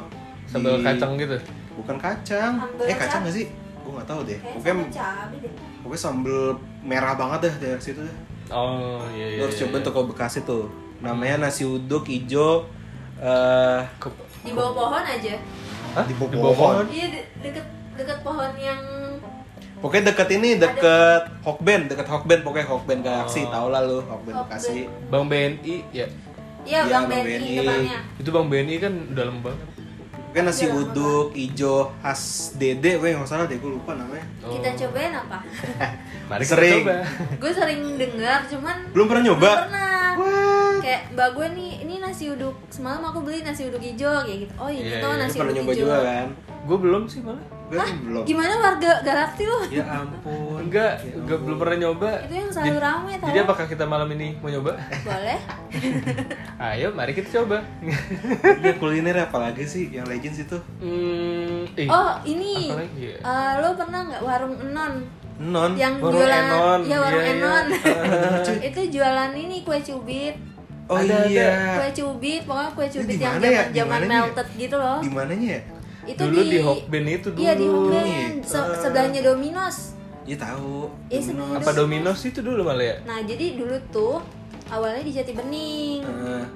Speaker 2: sambal
Speaker 3: Di-
Speaker 2: kacang gitu
Speaker 3: bukan kacang
Speaker 1: Sambal
Speaker 3: eh
Speaker 1: kacang.
Speaker 3: kacang gak sih gue nggak tahu deh
Speaker 1: Kayaknya
Speaker 3: pokoknya
Speaker 1: sama cabai deh.
Speaker 3: pokoknya sambel merah banget dah dari situ deh
Speaker 2: oh iya iya
Speaker 3: Lu harus
Speaker 2: iya,
Speaker 3: coba
Speaker 2: iya.
Speaker 3: toko bekasi tuh namanya nasi uduk ijo eh
Speaker 2: Ke-
Speaker 1: Di bawah pohon aja.
Speaker 2: Hah?
Speaker 3: Di bawah
Speaker 2: Di bawah
Speaker 3: pohon.
Speaker 2: pohon?
Speaker 1: Iya de- deket deket pohon yang
Speaker 3: pokoknya deket ini deket hokben deket hokben pokoknya hokben galaksi
Speaker 2: Oh.
Speaker 3: tau lah lu hokben bekasi
Speaker 2: Bang BNI ya.
Speaker 1: Iya,
Speaker 3: Iya,
Speaker 1: Bang
Speaker 3: Bang
Speaker 1: BNI
Speaker 3: BNI.
Speaker 1: depannya.
Speaker 2: Itu Bang BNI kan udah lama banget.
Speaker 3: Pokoknya Kan nasi
Speaker 1: Iya,
Speaker 3: uduk ijo khas dede gue nggak salah deh gue lupa namanya
Speaker 2: Oh.
Speaker 1: Kita cobain apa?
Speaker 2: Mari kita
Speaker 3: Sering.
Speaker 2: coba.
Speaker 1: gue sering dengar cuman
Speaker 3: belum pernah
Speaker 1: belum
Speaker 3: nyoba
Speaker 1: pernah.
Speaker 3: Wah.
Speaker 1: Kayak mbak gue nih, ini nasi uduk semalam aku beli nasi uduk hijau kayak gitu. Oh ini
Speaker 2: Iya,
Speaker 1: tuh
Speaker 2: iya,
Speaker 3: Lu
Speaker 1: nasi
Speaker 3: pernah
Speaker 1: uduk
Speaker 3: nyoba
Speaker 1: hijau.
Speaker 3: juga kan
Speaker 2: Gue belum sih malah.
Speaker 3: gue belum
Speaker 1: Gimana warga galaksi lu?
Speaker 3: ya ampun
Speaker 2: Enggak,
Speaker 3: Ya
Speaker 2: enggak belum pernah nyoba.
Speaker 1: Itu yang selalu
Speaker 2: Jadi-
Speaker 1: rame tau.
Speaker 2: Jadi apakah kita malam ini mau nyoba?
Speaker 1: Boleh.
Speaker 2: Ayo, mari kita coba.
Speaker 3: Dia Iya, kuliner apalagi sih yang legend situ?
Speaker 2: hmm, ih,
Speaker 1: Oh ini,
Speaker 2: Apa lagi ya?
Speaker 1: Eh, lo pernah nggak warung Enon
Speaker 3: Non.
Speaker 1: yang
Speaker 2: Warung
Speaker 1: jualan?
Speaker 2: Enon,
Speaker 1: Ya warung
Speaker 2: iya, iya.
Speaker 1: Enon. itu jualan ini kue cubit,
Speaker 3: oh
Speaker 2: ada, ada.
Speaker 3: iya.
Speaker 1: kue cubit, pokoknya kue cubit
Speaker 3: di
Speaker 1: yang
Speaker 3: mana ya?
Speaker 1: zaman
Speaker 3: Di
Speaker 1: zaman
Speaker 3: mananya ya?
Speaker 1: melted gitu loh.
Speaker 3: Di mananya ya?
Speaker 1: Itu
Speaker 2: dulu di, Hokben itu dulu.
Speaker 1: Iya di Hokben,
Speaker 3: Gitu.
Speaker 1: se- sebelahnya Dominos.
Speaker 3: Iya tahu.
Speaker 1: Iya, sebelum-
Speaker 2: Apa Dominos itu dulu malah ya?
Speaker 1: Nah jadi dulu tuh awalnya di Jati Bening.
Speaker 3: Eh,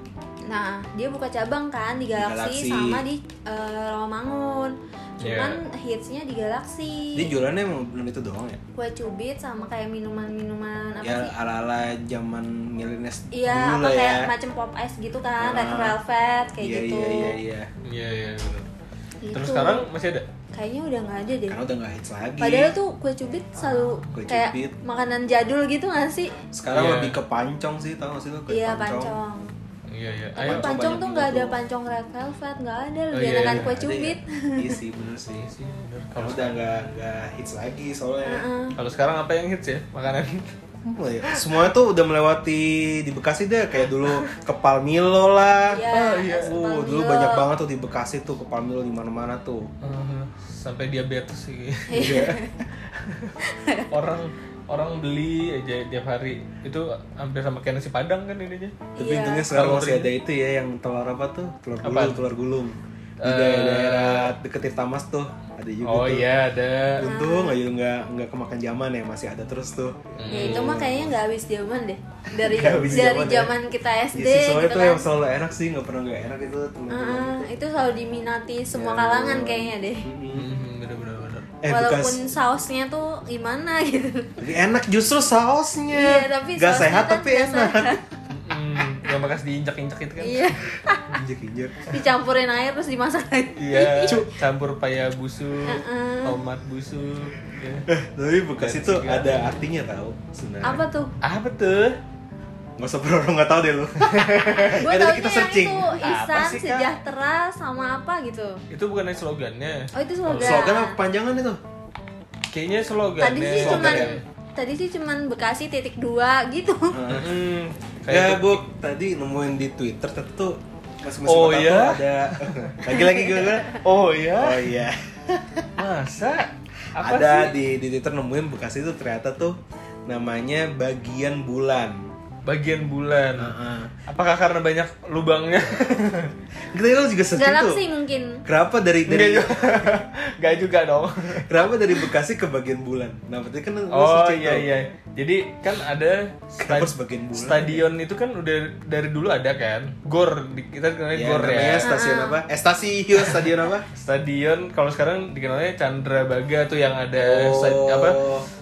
Speaker 1: Nah, dia buka cabang kan di
Speaker 3: Di
Speaker 1: Galaxy,
Speaker 3: Galaxy.
Speaker 1: sama di eh, Rawamangun. Cuman hitsnya di Galaxy.
Speaker 3: dia jualannya emang belum itu doang ya?
Speaker 1: Kue cubit sama kayak minuman-minuman apa
Speaker 3: ya
Speaker 1: sih?
Speaker 3: ala-ala zaman milenials
Speaker 1: Iya,
Speaker 3: dulu
Speaker 1: apa
Speaker 3: lah
Speaker 1: kayak
Speaker 3: ya.
Speaker 1: macam pop ice gitu kan,
Speaker 3: Ah.
Speaker 1: red velvet kayak
Speaker 3: iya,
Speaker 1: gitu.
Speaker 3: Iya iya iya.
Speaker 2: Iya, iya benar. Terus
Speaker 1: Gitu.
Speaker 2: sekarang masih ada?
Speaker 1: kayaknya udah nggak ada deh.
Speaker 3: Karena udah nggak hits lagi. Ah,
Speaker 1: Padahal tuh kue cubit selalu
Speaker 3: Kue
Speaker 1: kayak
Speaker 3: cubit.
Speaker 1: makanan jadul gitu nggak sih?
Speaker 3: Sekarang
Speaker 2: Iya.
Speaker 3: lebih ke pancong sih, tahu nggak sih lo? Kayak
Speaker 1: Iya, pancong.
Speaker 2: Iya, iya.
Speaker 1: Tapi
Speaker 2: Ayo.
Speaker 1: pancong,
Speaker 3: pancong
Speaker 1: tuh
Speaker 3: banyak
Speaker 1: nggak ada
Speaker 3: juga tuh.
Speaker 1: pancong red velvet, nggak ada
Speaker 2: Oh,
Speaker 1: lebih
Speaker 2: iya,
Speaker 1: enakan
Speaker 2: iya,
Speaker 1: kue
Speaker 3: Ada ya?
Speaker 1: cubit.
Speaker 3: Iya sih bener sih.
Speaker 2: Iya sih, bener.
Speaker 3: Kalau
Speaker 2: Kalau
Speaker 3: udah nggak nggak hits lagi soalnya.
Speaker 1: Heeh.
Speaker 2: kalau sekarang apa yang hits ya? Makanan.
Speaker 3: Apa ya? Semuanya tuh udah melewati di Bekasi deh kayak dulu kepal Milo lah.
Speaker 1: Iya,
Speaker 2: iya.
Speaker 1: es
Speaker 3: Uh, dulu
Speaker 1: Palmilo.
Speaker 3: banyak banget tuh di Bekasi tuh kepal Milo di mana-mana tuh.
Speaker 2: Eh, sampai diabetes sih.
Speaker 3: Iya.
Speaker 2: orang orang beli aja tiap hari itu hampir sama kayak nasi padang kan ininya
Speaker 3: Tapi
Speaker 1: Iya.
Speaker 3: untungnya sekarang
Speaker 2: Kalau
Speaker 3: masih ada itu ya yang telur apa tuh? Telur gulung,
Speaker 2: Apaan?
Speaker 3: telur gulung. Di
Speaker 2: Eh.
Speaker 3: daerah-daerah deket Tirtamas tuh ada juga
Speaker 2: oh
Speaker 3: tuh.
Speaker 2: iya ada
Speaker 3: Untung aja nggak nggak kemakan zaman ya masih ada terus tuh.
Speaker 2: Hmm.
Speaker 1: Ya itu mah kayaknya nggak habis zaman deh dari
Speaker 3: Hmm. Nggak habis
Speaker 1: Iya, dari
Speaker 3: zaman ya.
Speaker 1: zaman kita SD
Speaker 3: Ya sih soalnya
Speaker 1: gitu
Speaker 3: tuh
Speaker 1: kan.
Speaker 3: yang selalu enak sih nggak pernah nggak enak itu teman-teman.
Speaker 1: Heeh, itu selalu diminati semua
Speaker 3: Ya.
Speaker 1: kalangan kayaknya deh.
Speaker 2: Mm, bener bener bener
Speaker 3: Eh
Speaker 1: Walaupun
Speaker 3: bekas
Speaker 1: sausnya tuh gimana gitu.
Speaker 3: lebih enak justru sausnya.
Speaker 1: Iya, tapi
Speaker 3: Nggak
Speaker 1: sausnya
Speaker 3: sehat
Speaker 1: kan
Speaker 3: tapi
Speaker 1: nggak
Speaker 3: enak.
Speaker 2: Mm, yang bekas diinjak injak itu kan
Speaker 1: iya,
Speaker 3: Injek-injek.
Speaker 1: dicampurin air terus dimasak lagi.
Speaker 2: iya campur paya busuk
Speaker 1: Heeh.
Speaker 2: tomat busuk ya.
Speaker 3: Eh, tapi bekas itu ada artinya tau sebenarnya.
Speaker 1: Iya. Apa tuh?
Speaker 2: apa tuh
Speaker 3: Gak usah perlu nggak tahu deh lu.
Speaker 1: Gue
Speaker 3: Eh, tadi
Speaker 1: taunya
Speaker 3: kita
Speaker 1: yang
Speaker 3: searching.
Speaker 1: itu
Speaker 3: Apa
Speaker 1: Isan
Speaker 3: sih, Kak?
Speaker 1: sejahtera sama apa gitu.
Speaker 2: itu bukan slogannya
Speaker 1: Oh itu slogan.
Speaker 3: Slogan apa panjangan itu?
Speaker 2: kayaknya slogannya
Speaker 1: Tadi sih
Speaker 3: Slogan
Speaker 1: cuman
Speaker 3: ya? Nah,
Speaker 1: tadi sih cuman Bekasi titik dua gitu.
Speaker 2: Mm, kayak
Speaker 3: Ya gue tadi nemuin di Twitter ternyata tuh masing-masing
Speaker 2: Oh,
Speaker 3: kota
Speaker 2: iya?
Speaker 3: tuh ada lagi-lagi gue gue.
Speaker 2: oh ya
Speaker 3: Oh iya.
Speaker 2: masa apa
Speaker 3: ada
Speaker 2: sih
Speaker 3: di di Twitter nemuin Bekasi itu ternyata tuh namanya bagian bulan. Ah,
Speaker 2: bagian bulan
Speaker 3: Heeh.
Speaker 2: apakah karena banyak lubangnya
Speaker 3: Kita lu juga searching tuh.
Speaker 1: Galaksi mungkin.
Speaker 3: Kenapa dari
Speaker 2: Enggak
Speaker 3: dari
Speaker 2: juga. Enggak juga dong.
Speaker 3: kenapa dari Bekasi ke bagian bulan? Nah, berarti kan lu
Speaker 2: Oh
Speaker 3: searching
Speaker 2: iya
Speaker 3: tuh.
Speaker 2: iya. Jadi kan ada
Speaker 3: Kenapa
Speaker 2: sta-
Speaker 3: harus bagian bulan?
Speaker 2: stadion itu kan udah dari dulu ada kan. Gor di- kita kenalnya
Speaker 3: Ya,
Speaker 2: gor
Speaker 3: namanya
Speaker 2: ya.
Speaker 1: Ah,
Speaker 3: stasiun apa? Eh, stasiun stadion apa?
Speaker 2: Stadion kalau sekarang dikenalnya Chandra Baga tuh yang ada
Speaker 3: Oh.
Speaker 2: sta- apa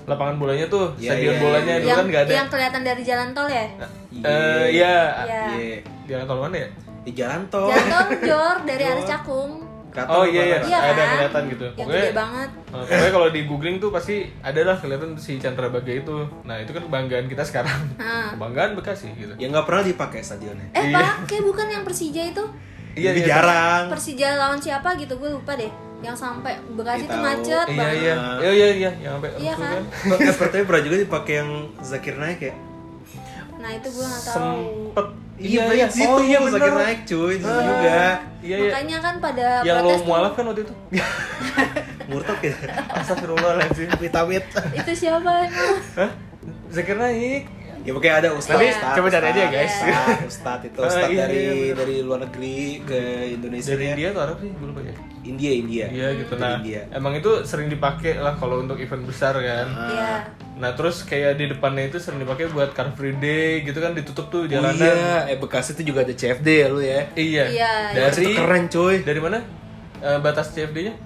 Speaker 2: lapangan bolanya tuh
Speaker 3: Iya,
Speaker 2: stadion
Speaker 3: iya.
Speaker 2: bolanya dulu
Speaker 1: Yang
Speaker 2: kan nggak ada.
Speaker 1: yang kelihatan dari jalan tol ya.
Speaker 3: Nah.
Speaker 2: Eh iya.
Speaker 1: Iya.
Speaker 3: Iya.
Speaker 2: Jalan tol mana ya?
Speaker 3: Di jalan tol.
Speaker 1: Jalan tol Jor dari arah Cakung.
Speaker 3: Keraton
Speaker 2: Oh iya iya,
Speaker 3: Lebaran.
Speaker 1: Iya
Speaker 2: ada
Speaker 1: kan?
Speaker 2: kelihatan gitu.
Speaker 1: Yang
Speaker 2: Pokoknya
Speaker 1: gede banget.
Speaker 2: eh, Pokoknya kalau di googling tuh pasti ada lah kelihatan si Chandra Baga itu. Nah itu kan kebanggaan kita sekarang.
Speaker 1: Nah.
Speaker 2: Kebanggaan Bekasi gitu.
Speaker 3: Ya nggak pernah dipakai stadionnya.
Speaker 1: Eh pakai bukan yang Persija itu?
Speaker 2: Iya,
Speaker 3: Lebih
Speaker 2: iya.
Speaker 3: jarang.
Speaker 1: Persija lawan siapa gitu gue lupa deh. Yang sampai Bekasi
Speaker 3: Iya,
Speaker 1: tuh
Speaker 3: tahu.
Speaker 1: macet
Speaker 2: Iya
Speaker 1: banget.
Speaker 2: iya. Iya iya iya yang sampai
Speaker 1: Iya
Speaker 2: rusuh
Speaker 1: kan?
Speaker 3: Eh, Pertanyaan pernah juga dipakai yang Zakir naik ya?
Speaker 1: Nah itu gue nggak tahu.
Speaker 2: Sempet.
Speaker 3: banyak situ
Speaker 2: Oh iya bener.
Speaker 3: Zakir naik cuy, di situ juga.
Speaker 2: Iya iya.
Speaker 1: Makanya kan pada
Speaker 2: Yang lo
Speaker 1: protes tuh,
Speaker 2: mualaf kan waktu itu.
Speaker 3: Murtad ya.
Speaker 2: Astagfirullahaladzim.
Speaker 3: Amit amit.
Speaker 1: itu siapa emang?
Speaker 2: Hah? Zakir naik.
Speaker 3: ya pokoknya ada ustadz
Speaker 1: Tapi
Speaker 3: ustadz,
Speaker 2: coba cari aja,
Speaker 3: ustadz,
Speaker 2: guys.
Speaker 3: ustadz, ustadz itu
Speaker 2: Ah,
Speaker 3: ustadz
Speaker 2: iya,
Speaker 3: dari
Speaker 2: iya, bener.
Speaker 3: dari luar negeri ke Indonesia
Speaker 2: dari India atau Arab sih gue lupa ya
Speaker 3: India India
Speaker 2: Iya
Speaker 1: Hmm.
Speaker 2: gitu
Speaker 3: Iya. Dari
Speaker 2: nah
Speaker 3: India.
Speaker 2: emang itu sering dipakai lah kalau untuk event besar kan
Speaker 3: Ah.
Speaker 1: Iya.
Speaker 2: nah terus kayak di depannya itu sering dipakai buat Car Free Day gitu kan ditutup tuh
Speaker 3: Oh
Speaker 2: jalanan
Speaker 3: iya, eh Bekasi itu juga ada CFD ya lu ya.
Speaker 2: iya
Speaker 1: Iya,
Speaker 3: Bekasi
Speaker 2: dari
Speaker 3: tuh keren coy.
Speaker 2: dari mana Eh, batas CFD-nya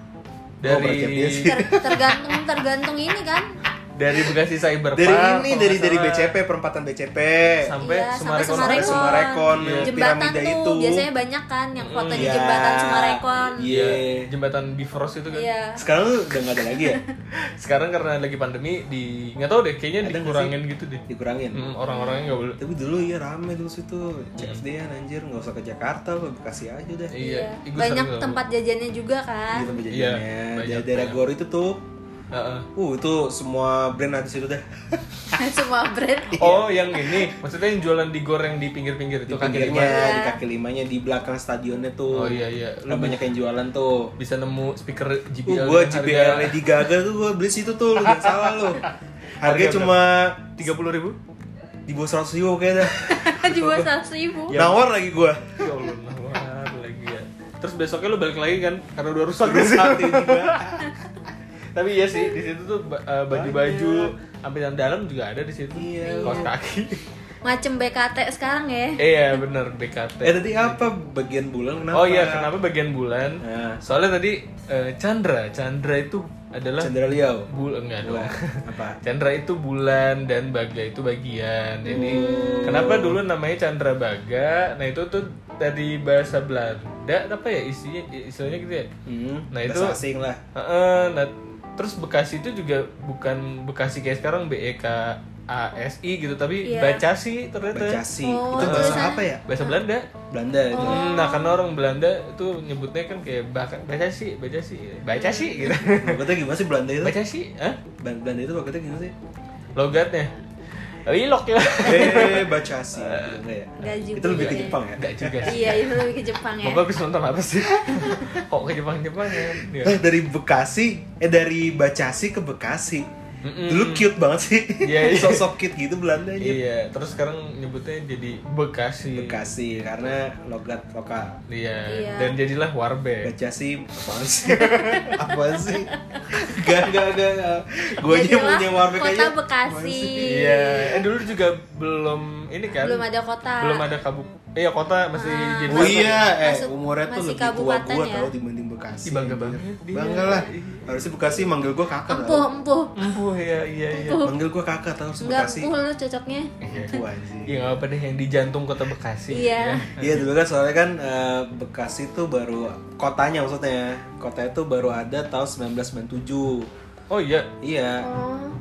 Speaker 3: bukan
Speaker 2: dari
Speaker 3: CFD sih.
Speaker 1: Ter- tergantung tergantung ini kan.
Speaker 2: dari Bekasi Cyber
Speaker 3: Dari
Speaker 2: Park, kalau
Speaker 3: ini dari
Speaker 2: nggak
Speaker 3: dari
Speaker 2: salah.
Speaker 3: BCP perempatan BCP.
Speaker 2: sampai
Speaker 1: Iya,
Speaker 2: Sumarekon,
Speaker 1: sampai
Speaker 2: Sampai
Speaker 1: Sumarekon.
Speaker 3: Sumarekon, iya.
Speaker 1: Jembatan
Speaker 3: Piramida
Speaker 1: tuh
Speaker 3: itu.
Speaker 1: biasanya banyak kan yang
Speaker 2: Hmm,
Speaker 1: foto di
Speaker 3: Iya.
Speaker 1: jembatan Sumarekon.
Speaker 3: Iya.
Speaker 2: jembatan Bifrost itu kan
Speaker 1: Iya.
Speaker 3: Sekarang lu udah nggak ada lagi ya?
Speaker 2: sekarang karena lagi pandemi di nggak tahu deh kayaknya
Speaker 3: Ada nggak
Speaker 2: dikurangin gitu deh
Speaker 3: Dikurangin.
Speaker 2: Hmm, orang-orangnya nggak boleh
Speaker 3: Tapi dulu iya rame dulu situ. CFD an anjir, nggak usah ke Jakarta, lu Bekasi aja deh.
Speaker 2: iya Ih, gua
Speaker 1: Banyak
Speaker 2: sering tuh.
Speaker 1: tempat jajannya juga
Speaker 3: Di
Speaker 1: kan.
Speaker 3: tempat
Speaker 2: Iya,
Speaker 3: jajannya.
Speaker 2: banyak,
Speaker 3: Dari daerah
Speaker 2: banyak.
Speaker 3: Gor itu tuh.
Speaker 2: Heeh.
Speaker 3: Uh, itu semua brand ada di situ dah.
Speaker 1: Semua brand.
Speaker 2: oh yang ini maksudnya yang jualan digoreng di pinggir-pinggir itu
Speaker 3: Di
Speaker 2: kan
Speaker 3: pinggirnya, di kaki limanya, di belakang stadionnya
Speaker 2: Oh,
Speaker 3: tuh.
Speaker 2: iya, iya.
Speaker 3: Kan banyak yang jualan tuh.
Speaker 2: bisa nemu speaker
Speaker 3: Uh,
Speaker 2: JBL
Speaker 3: gue
Speaker 2: dengan
Speaker 3: JBL
Speaker 2: Iya, harga
Speaker 3: Lady Gaga tuh gue beli situ tuh, lu jangan salah lu. Harganya
Speaker 2: Harga
Speaker 3: cuma
Speaker 2: tiga puluh ribu
Speaker 3: di bawah 100 euro kayaknya dah.
Speaker 1: Di bawah seratus ribu.
Speaker 2: Iya.
Speaker 3: Nawar lagi gue.
Speaker 2: ya Allah nawar lagi ya terus besoknya lu balik lagi kan karena udah rusak
Speaker 3: Satu juga.
Speaker 2: tapi iya sih di situ tuh ba- eh, baju-baju sampai yang dalam juga ada di situ
Speaker 3: Iya.
Speaker 2: kaos kaki
Speaker 1: Macem BKT sekarang ya.
Speaker 2: iya bener BKT
Speaker 3: Eh tadi apa bagian bulan kenapa? ya?
Speaker 2: oh iya kenapa bagian bulan
Speaker 3: Nah.
Speaker 2: soalnya tadi eh, Chandra Chandra itu adalah
Speaker 3: Chandra Liao.
Speaker 2: bulan enggak dong
Speaker 3: Bulan. Apa?
Speaker 2: Chandra itu bulan dan Baga itu bagian. Jadi
Speaker 3: Hmm.
Speaker 2: kenapa dulu namanya Chandra Baga? Nah itu tuh dari bahasa Belanda apa ya isinya istilahnya gitu ya.
Speaker 3: Hmm,
Speaker 2: Nah,
Speaker 3: bahasa
Speaker 2: itu-
Speaker 3: asing lah.
Speaker 2: Heeh, nah terus Bekasi itu juga bukan Bekasi kayak sekarang E BEK ASI gitu tapi
Speaker 1: Iya.
Speaker 2: baca sih ternyata
Speaker 3: Bekasi.
Speaker 1: Oh,
Speaker 3: itu bahasa apa ya?
Speaker 2: bahasa Belanda.
Speaker 3: Belanda itu.
Speaker 2: Hmm, Nah karena orang Belanda itu nyebutnya kan kayak baka, baca sih, baca sih, baca sih gitu.
Speaker 3: Logatnya gimana sih Belanda itu?
Speaker 2: Baca sih, Hah?
Speaker 3: Ban- Belanda itu logatnya gimana sih?
Speaker 2: logatnya. Lilok ya.
Speaker 3: Eh, Bacasi. Belanda ya?
Speaker 1: Nggak juga
Speaker 3: Itu lebih ke
Speaker 1: ya.
Speaker 3: Jepang ya?
Speaker 2: Enggak juga sih.
Speaker 1: Iya itu lebih ke Jepang ya.
Speaker 2: Bapak habis nonton apa sih? Kok ke Jepang-Jepang ya? Iya.
Speaker 3: Eh, dari Bekasi, eh dari Bacasi ke Bekasi.
Speaker 2: Mm-mm.
Speaker 3: Dulu cute banget sih.
Speaker 2: Iya, iya.
Speaker 3: Sosok cute gitu Belanda aja.
Speaker 2: Iya, terus sekarang nyebutnya jadi Bekasi.
Speaker 3: Bekasi karena logat lokal.
Speaker 2: Iya,
Speaker 1: Iya.
Speaker 2: dan jadilah
Speaker 3: Iya.
Speaker 2: Warbe.
Speaker 3: Bacasi apa sih? apa sih? Gak gak gak. Gue aja
Speaker 1: Jadilah
Speaker 3: punya warna
Speaker 1: Kota
Speaker 3: kayaknya.
Speaker 1: Bekasi.
Speaker 2: Iya, eh dulu juga belum ini kan.
Speaker 1: Belum ada kota.
Speaker 2: Belum ada kabu. Iya, kota masih
Speaker 1: Ah.
Speaker 2: jadi
Speaker 3: Oh iya, eh
Speaker 1: Masuk-
Speaker 3: umurnya tuh
Speaker 1: masih
Speaker 3: lebih tua
Speaker 1: kabupaten
Speaker 3: gua
Speaker 1: ya?
Speaker 3: tau dibanding Bekasi. Iya,
Speaker 2: Ih, bangga banget dia.
Speaker 3: Bangga lah. Harusnya Bekasi manggil gua kakak.
Speaker 1: Empuh
Speaker 3: tau.
Speaker 1: empuh.
Speaker 2: Empuh ya, iya iya.
Speaker 3: Manggil gua kakak tau harus
Speaker 1: Enggak
Speaker 3: Bekasi.
Speaker 1: empuh lu cocoknya.
Speaker 2: Iya.
Speaker 3: Empuh anjing.
Speaker 2: Iya, nggak apa deh yang di jantung kota Bekasi.
Speaker 1: Iya.
Speaker 3: Iya dulu kan soalnya kan eh, Bekasi tuh baru kotanya maksudnya kotanya tuh baru ada tahun 1997
Speaker 2: Oh iya,
Speaker 3: iya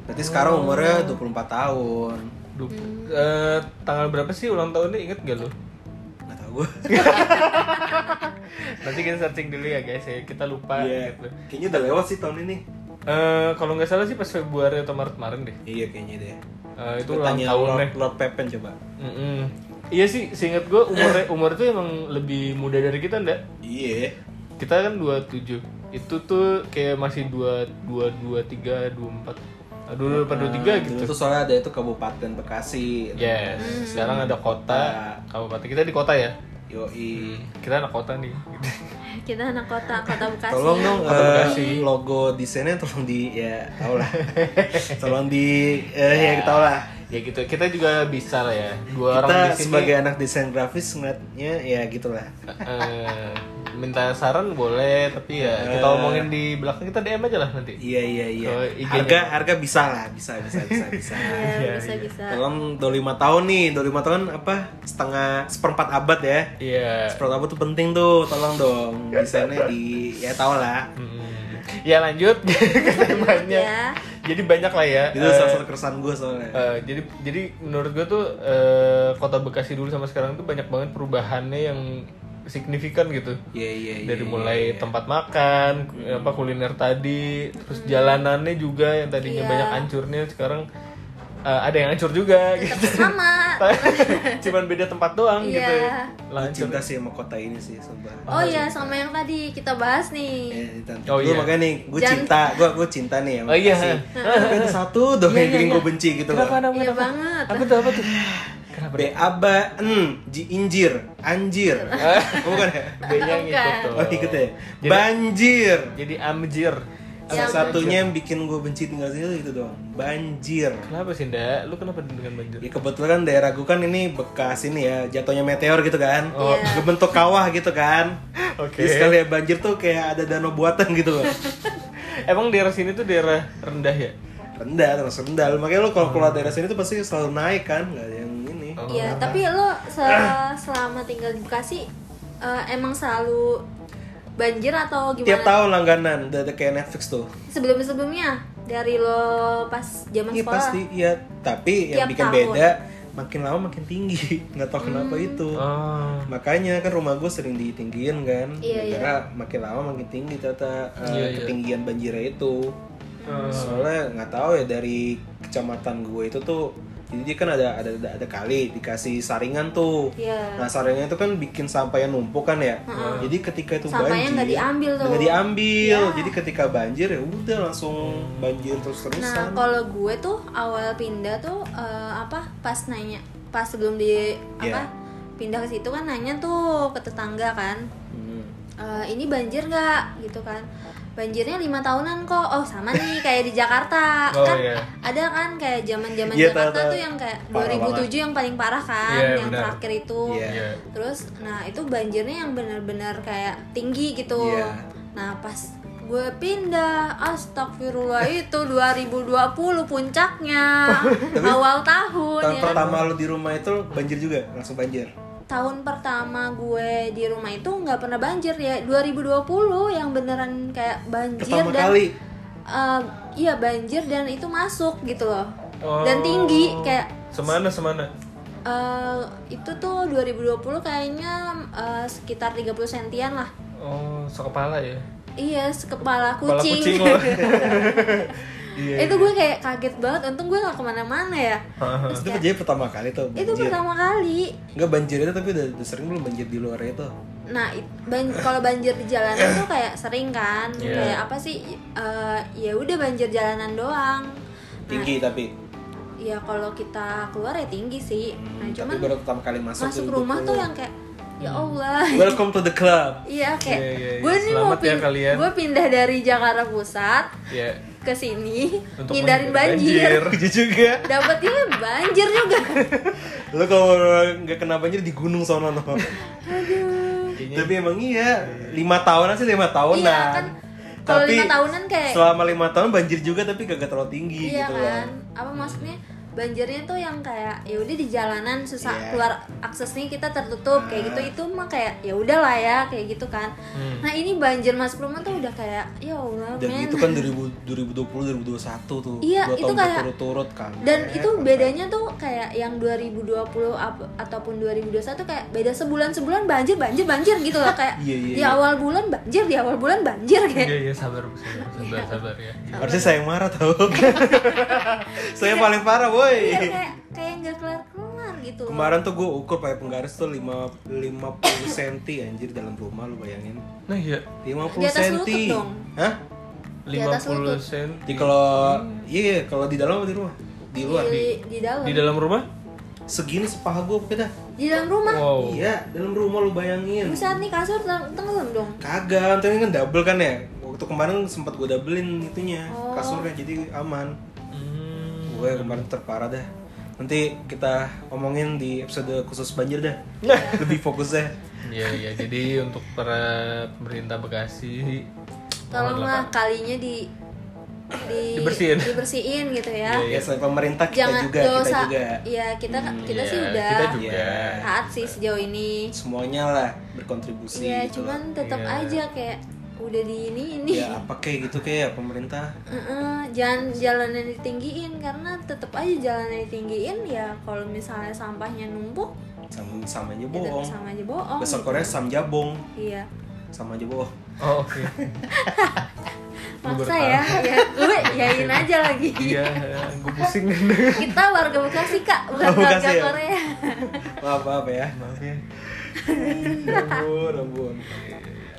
Speaker 3: berarti sekarang umurnya 24 tahun
Speaker 2: Du- eh, tanggal berapa sih ulang tahunnya inget gak lo?
Speaker 3: nggak tahu gue
Speaker 2: Nanti kita searching dulu ya guys ya, kita lupa gitu.
Speaker 3: Iya. kayaknya udah lewat sih tahun ini
Speaker 2: Eh, kalau nggak salah sih pas Februari atau Maret kemarin deh.
Speaker 3: iya kayaknya deh
Speaker 2: Eh, itu
Speaker 3: Gua
Speaker 2: ulang
Speaker 3: tanya
Speaker 2: tahunnya.
Speaker 3: Lord, Lord Pepen coba
Speaker 2: Mm-mm. Iya sih, seingat gue umur umur itu emang lebih muda dari kita ndak?
Speaker 3: iya
Speaker 2: Kita kan 27. Itu tuh kayak masih 2 2 2 3 24. Aduh, lupa 23 gitu.
Speaker 3: dulu tuh soalnya ada itu Kabupaten Bekasi
Speaker 2: Yes, sekarang ada kota, kabupaten. Kita di kota ya.
Speaker 3: yoi
Speaker 2: Kita anak kota nih. gitu.
Speaker 1: Kita anak kota Kota Bekasi.
Speaker 3: tolong dong
Speaker 2: Kota
Speaker 3: eh,
Speaker 2: Bekasi.
Speaker 3: logo desainnya tolong di ya tau lah tolong di eh, ya tau lah
Speaker 2: ya gitu. Kita juga bisa lah ya. Dua orang
Speaker 3: kita
Speaker 2: di sini
Speaker 3: sebagai anak desain grafis ngeliatnya ya gitulah
Speaker 2: eh, minta saran boleh, tapi ya kita omongin di belakang kita DM aja lah nanti.
Speaker 3: Eh. iya iya iya
Speaker 2: Kalau IG-nya.
Speaker 3: harga harga bisa lah bisa bisa bisa bisa
Speaker 1: Iya, bisa bisa.
Speaker 3: dalam 25 tahun nih 25 tahun apa setengah seperempat abad ya
Speaker 2: Iya.
Speaker 3: seperempat abad tuh penting tuh tolong dong desainnya di ya tau lah
Speaker 2: Hmm. Ya lanjut ke temanya.
Speaker 1: ya.
Speaker 2: Jadi banyak lah ya.
Speaker 3: itu
Speaker 2: Eh,
Speaker 3: salah satu keresahan gue soalnya
Speaker 2: eh, jadi jadi menurut gue tuh eh, kota Bekasi dulu sama sekarang tuh banyak banget perubahannya yang signifikan gitu.
Speaker 3: iya iya iya
Speaker 2: Dari mulai tempat makan, ku-
Speaker 1: Hmm. Iya.
Speaker 2: apa kuliner tadi, terus jalanannya juga yang tadinya banyak hancurnya sekarang eh, ada yang hancur juga gitu.
Speaker 1: tetap sama
Speaker 2: Cuman beda tempat doang gitu.
Speaker 1: Iya.
Speaker 2: Lanjut.
Speaker 3: cinta sih sama kota ini sih sumpah
Speaker 1: oh iya sama yang tadi kita bahas nih
Speaker 3: Eh,
Speaker 2: Oh,
Speaker 3: gue
Speaker 2: iya.
Speaker 3: makanya nih, gue
Speaker 1: Jangan-
Speaker 3: cinta, gue gue cinta nih sama
Speaker 2: Oh, iya.
Speaker 3: Bekasi. Tapi ada satu dong yang bikin gue benci gitu loh.
Speaker 2: Kenapa, kenapa,
Speaker 1: Iya
Speaker 2: kenapa?
Speaker 1: banget.
Speaker 2: Apa tuh, apa tuh? Kenapa?
Speaker 3: B A B N J injir, anjir. Oh, bukan ya?
Speaker 2: B-nya ngikut tuh.
Speaker 3: Oh ikut ya.
Speaker 2: Jadi-
Speaker 3: Banjir.
Speaker 2: Jadi amjir.
Speaker 3: Salah satunya yang bikin gue benci tinggal sini tuh itu doang. Banjir.
Speaker 2: Kenapa sih, Nda? Lu kenapa dengan banjir?
Speaker 3: Ya kebetulan daerah gue kan ini bekas ini ya, jatuhnya meteor gitu kan.
Speaker 1: Oh. Iya.
Speaker 3: Bentuk kawah gitu kan.
Speaker 2: Oke.
Speaker 3: Jadi sekali ya banjir tuh kayak ada danau buatan gitu loh.
Speaker 2: Emang daerah sini tuh daerah rendah ya?
Speaker 3: rendah terus rendah makanya lo kalau keluar daerah sini tuh pasti selalu naik kan nggak ada yang ini
Speaker 2: Oh.
Speaker 1: iya tapi lo se- selama tinggal di Bekasi eh, emang selalu banjir atau
Speaker 3: tiap
Speaker 1: gimana
Speaker 3: tahun langganan udah ada kayak Netflix tuh
Speaker 1: sebelum sebelumnya dari lo pas zaman
Speaker 3: Iya
Speaker 1: sekolah
Speaker 3: pasti iya tapi yang
Speaker 1: Tiap
Speaker 3: bikin
Speaker 1: tahun. Hmm.
Speaker 3: beda makin lama makin tinggi nggak tahu kenapa itu
Speaker 2: Oh.
Speaker 3: makanya kan rumah gue sering ditinggiin kan
Speaker 1: Iya,
Speaker 3: gara-gara makin lama makin tinggi ternyata eh,
Speaker 2: Iya, Hmm. iya.
Speaker 3: ketinggian banjirnya itu soalnya nggak tahu ya dari kecamatan gue itu tuh jadi dia kan ada ada ada, ada kali dikasih saringan tuh
Speaker 1: Iya. Hmm.
Speaker 3: Nah saringan itu kan bikin sampah yang numpuk kan ya.
Speaker 2: Hmm.
Speaker 3: Jadi ketika itu
Speaker 1: Sampahnya
Speaker 3: banjir,
Speaker 1: nggak diambil tuh. Iya.
Speaker 3: nggak diambil. Jadi ketika banjir ya udah langsung banjir terus
Speaker 1: Nah,
Speaker 3: terusan.
Speaker 1: kalau gue tuh awal pindah tuh eh, apa pas nanya pas sebelum di apa
Speaker 3: Iya.
Speaker 1: pindah ke situ kan nanya tuh ke tetangga kan
Speaker 3: Hmm.
Speaker 1: "Eh, ini banjir nggak gitu kan banjirnya lima tahunan kok oh sama nih kayak di Jakarta
Speaker 2: Oh,
Speaker 1: kan
Speaker 2: iya.
Speaker 1: ada kan kayak zaman zaman
Speaker 3: Iya, tahu,
Speaker 1: Jakarta
Speaker 3: tahu.
Speaker 1: tuh yang kayak
Speaker 3: Parah
Speaker 1: 2007 yang paling parah kan
Speaker 2: Iya,
Speaker 1: yang
Speaker 2: benar.
Speaker 1: terakhir itu
Speaker 3: Iya.
Speaker 2: Iya.
Speaker 1: terus nah itu banjirnya yang benar-benar kayak tinggi gitu
Speaker 3: Iya.
Speaker 1: nah pas gue pindah astagfirullah itu 2020 puncaknya awal tahun
Speaker 3: Tahun
Speaker 1: ya.
Speaker 3: pertama lo di rumah itu banjir juga langsung banjir.
Speaker 1: tahun pertama gue di rumah itu nggak pernah banjir ya 2020 yang beneran kayak banjir
Speaker 3: Pertama
Speaker 1: dan
Speaker 3: kali.
Speaker 1: eh, iya banjir dan itu masuk gitu loh
Speaker 2: Oh.
Speaker 1: dan tinggi kayak
Speaker 2: Semana, semana.
Speaker 1: eh, itu tuh 2020 kayaknya eh, sekitar 30 sentian lah
Speaker 2: Oh, sekepala ya?
Speaker 1: Iya, se- kepala
Speaker 2: Kepala
Speaker 1: kucing.
Speaker 2: kucing oh. Iya, lo.
Speaker 1: itu
Speaker 2: iya.
Speaker 1: gue kayak kaget banget. Untung gue gak kemana-mana ya.
Speaker 3: Terus itu jadi pertama kali tuh
Speaker 1: Itu
Speaker 2: Iya.
Speaker 3: banjir.
Speaker 1: pertama kali.
Speaker 3: Nggak banjir itu tapi udah, udah sering belum banjir di luar itu.
Speaker 1: Nah, it- ban- kalau banjir di jalanan tuh kayak sering kan.
Speaker 2: Iya.
Speaker 1: Kayak apa sih? eh, ya udah banjir jalanan doang. Nah,
Speaker 3: Tinggi tapi.
Speaker 1: ya kalau kita keluar ya tinggi sih. Nah,
Speaker 3: Hmm,
Speaker 1: cuman
Speaker 3: tapi baru pertama kali masuk.
Speaker 1: masuk
Speaker 3: tuh
Speaker 1: rumah
Speaker 3: hidup
Speaker 1: tuh
Speaker 3: lo.
Speaker 1: yang kayak ya Allah.
Speaker 3: Welcome to the club.
Speaker 1: Iya kayak
Speaker 2: Hmm. Iya, iya, iya.
Speaker 1: gue nih mau
Speaker 2: Selamat ya
Speaker 1: pin-
Speaker 2: kalian.
Speaker 1: gue pindah dari Jakarta Pusat
Speaker 2: Ya.
Speaker 1: ke sini
Speaker 2: Untuk
Speaker 1: ngindarin
Speaker 2: menghindari
Speaker 1: banjir.
Speaker 3: Banjir juga.
Speaker 1: Dapatnya banjir juga.
Speaker 3: Lo kalau nggak kena banjir di gunung sono no.
Speaker 1: Aduh.
Speaker 3: Tapi emang iya, lima tahunan sih lima tahunan.
Speaker 1: Iya, kan kalau
Speaker 3: Tapi
Speaker 1: lima tahunan kayak-
Speaker 3: selama lima tahun banjir juga tapi gak terlalu tinggi
Speaker 1: Iya
Speaker 3: gitu
Speaker 1: kan?
Speaker 3: loh.
Speaker 1: Apa maksudnya? Banjirnya tuh yang kayak ya udah di jalanan susah
Speaker 3: Iya. Hmm.
Speaker 1: keluar aksesnya kita tertutup kayak gitu itu mah kayak ya udahlah ya kayak gitu kan. Nah, ini banjir masuk rumah tuh udah kayak ya Allah,
Speaker 3: Dan
Speaker 1: men.
Speaker 3: itu kan 2000 2020 2021 tuh.
Speaker 1: Iya,
Speaker 3: dua
Speaker 1: itu
Speaker 3: tahun
Speaker 1: kayak-
Speaker 3: berturut-turut kan.
Speaker 1: Dan itu bedanya tuh kayak yang 2020 ap- ataupun 2021 kayak beda sebulan-sebulan banjir banjir banjir gitu loh kayak
Speaker 3: Iya, iya,
Speaker 1: di
Speaker 3: iya.
Speaker 1: awal bulan banjir di awal bulan banjir kayak.
Speaker 2: Iya, iya, sabar, sabar, sabar, sabar ya.
Speaker 3: Harusnya saya yang marah tau Saya paling parah boy
Speaker 1: Iya, kayak kayak nggak kelar-kelar gitu loh.
Speaker 3: Kemarin tuh gue ukur pakai penggaris tuh 5, 50 cm anjir dalam rumah lu bayangin
Speaker 2: Nah, iya.
Speaker 3: 50
Speaker 1: Di atas
Speaker 3: cm
Speaker 1: lutut dong.
Speaker 3: Hah?
Speaker 1: Di atas
Speaker 2: 50
Speaker 1: lutut.
Speaker 2: sen.
Speaker 3: Jadi kalau iya kalau di dalam apa di rumah? Di luar
Speaker 1: di, di dalam.
Speaker 2: Di dalam rumah?
Speaker 3: segini sepaha gue pokoknya dah.
Speaker 1: di dalam rumah
Speaker 2: Wow.
Speaker 3: Iya, dalam rumah lu bayangin.
Speaker 1: Buset nih kasur teng- tenggelam dong.
Speaker 2: Oh,
Speaker 3: Kagak, nanti kan double kan ya. Waktu kemarin sempat gue doublein itunya,
Speaker 1: Oh.
Speaker 3: kasurnya jadi aman.
Speaker 2: Hmm.
Speaker 3: Gue kemarin terparah dah. Nanti kita omongin di episode khusus banjir dah. Lebih fokus deh.
Speaker 2: Iya, iya. Jadi untuk para pemerintah Bekasi
Speaker 1: Tolonglah kalinya di di
Speaker 2: Dibersihin. Iya,
Speaker 1: dibersihin gitu ya.
Speaker 3: Ya, selain pemerintah kita
Speaker 1: Jangan
Speaker 3: juga,
Speaker 1: nggak
Speaker 3: kita
Speaker 1: usah-
Speaker 3: juga.
Speaker 1: Iya, kita kita
Speaker 2: Iya,
Speaker 1: sih udah
Speaker 2: Kita juga.
Speaker 1: taat sih sejauh ini.
Speaker 3: Semuanya lah
Speaker 1: Iya,
Speaker 3: berkontribusi gitu loh.
Speaker 1: cuman tetap
Speaker 2: Iya.
Speaker 1: aja kayak udah di ini ini.
Speaker 3: Ya apa kayak gitu kayak ya, pemerintah.
Speaker 1: Heeh, jangan jalannya ditinggiin karena tetap aja jalannya ditinggiin ya kalau misalnya sampahnya numpuk
Speaker 3: Sama, sama
Speaker 1: ya
Speaker 3: aja
Speaker 1: tetap
Speaker 3: bohong.
Speaker 1: sama aja bohong.
Speaker 3: Bahasa
Speaker 1: gitu.
Speaker 3: Korea sam jabong.
Speaker 1: Iya.
Speaker 3: Sama aja bohong.
Speaker 2: Oh, oke.
Speaker 1: maksa ya ya lu yain aja lagi
Speaker 2: Iya, gue pusing.
Speaker 1: kita warga Bekasi kak bukan
Speaker 3: Oh,
Speaker 1: warga
Speaker 3: Bekasi ya?
Speaker 1: Korea
Speaker 3: maaf maaf ya
Speaker 2: Maaf ya.
Speaker 3: Ambon Ambon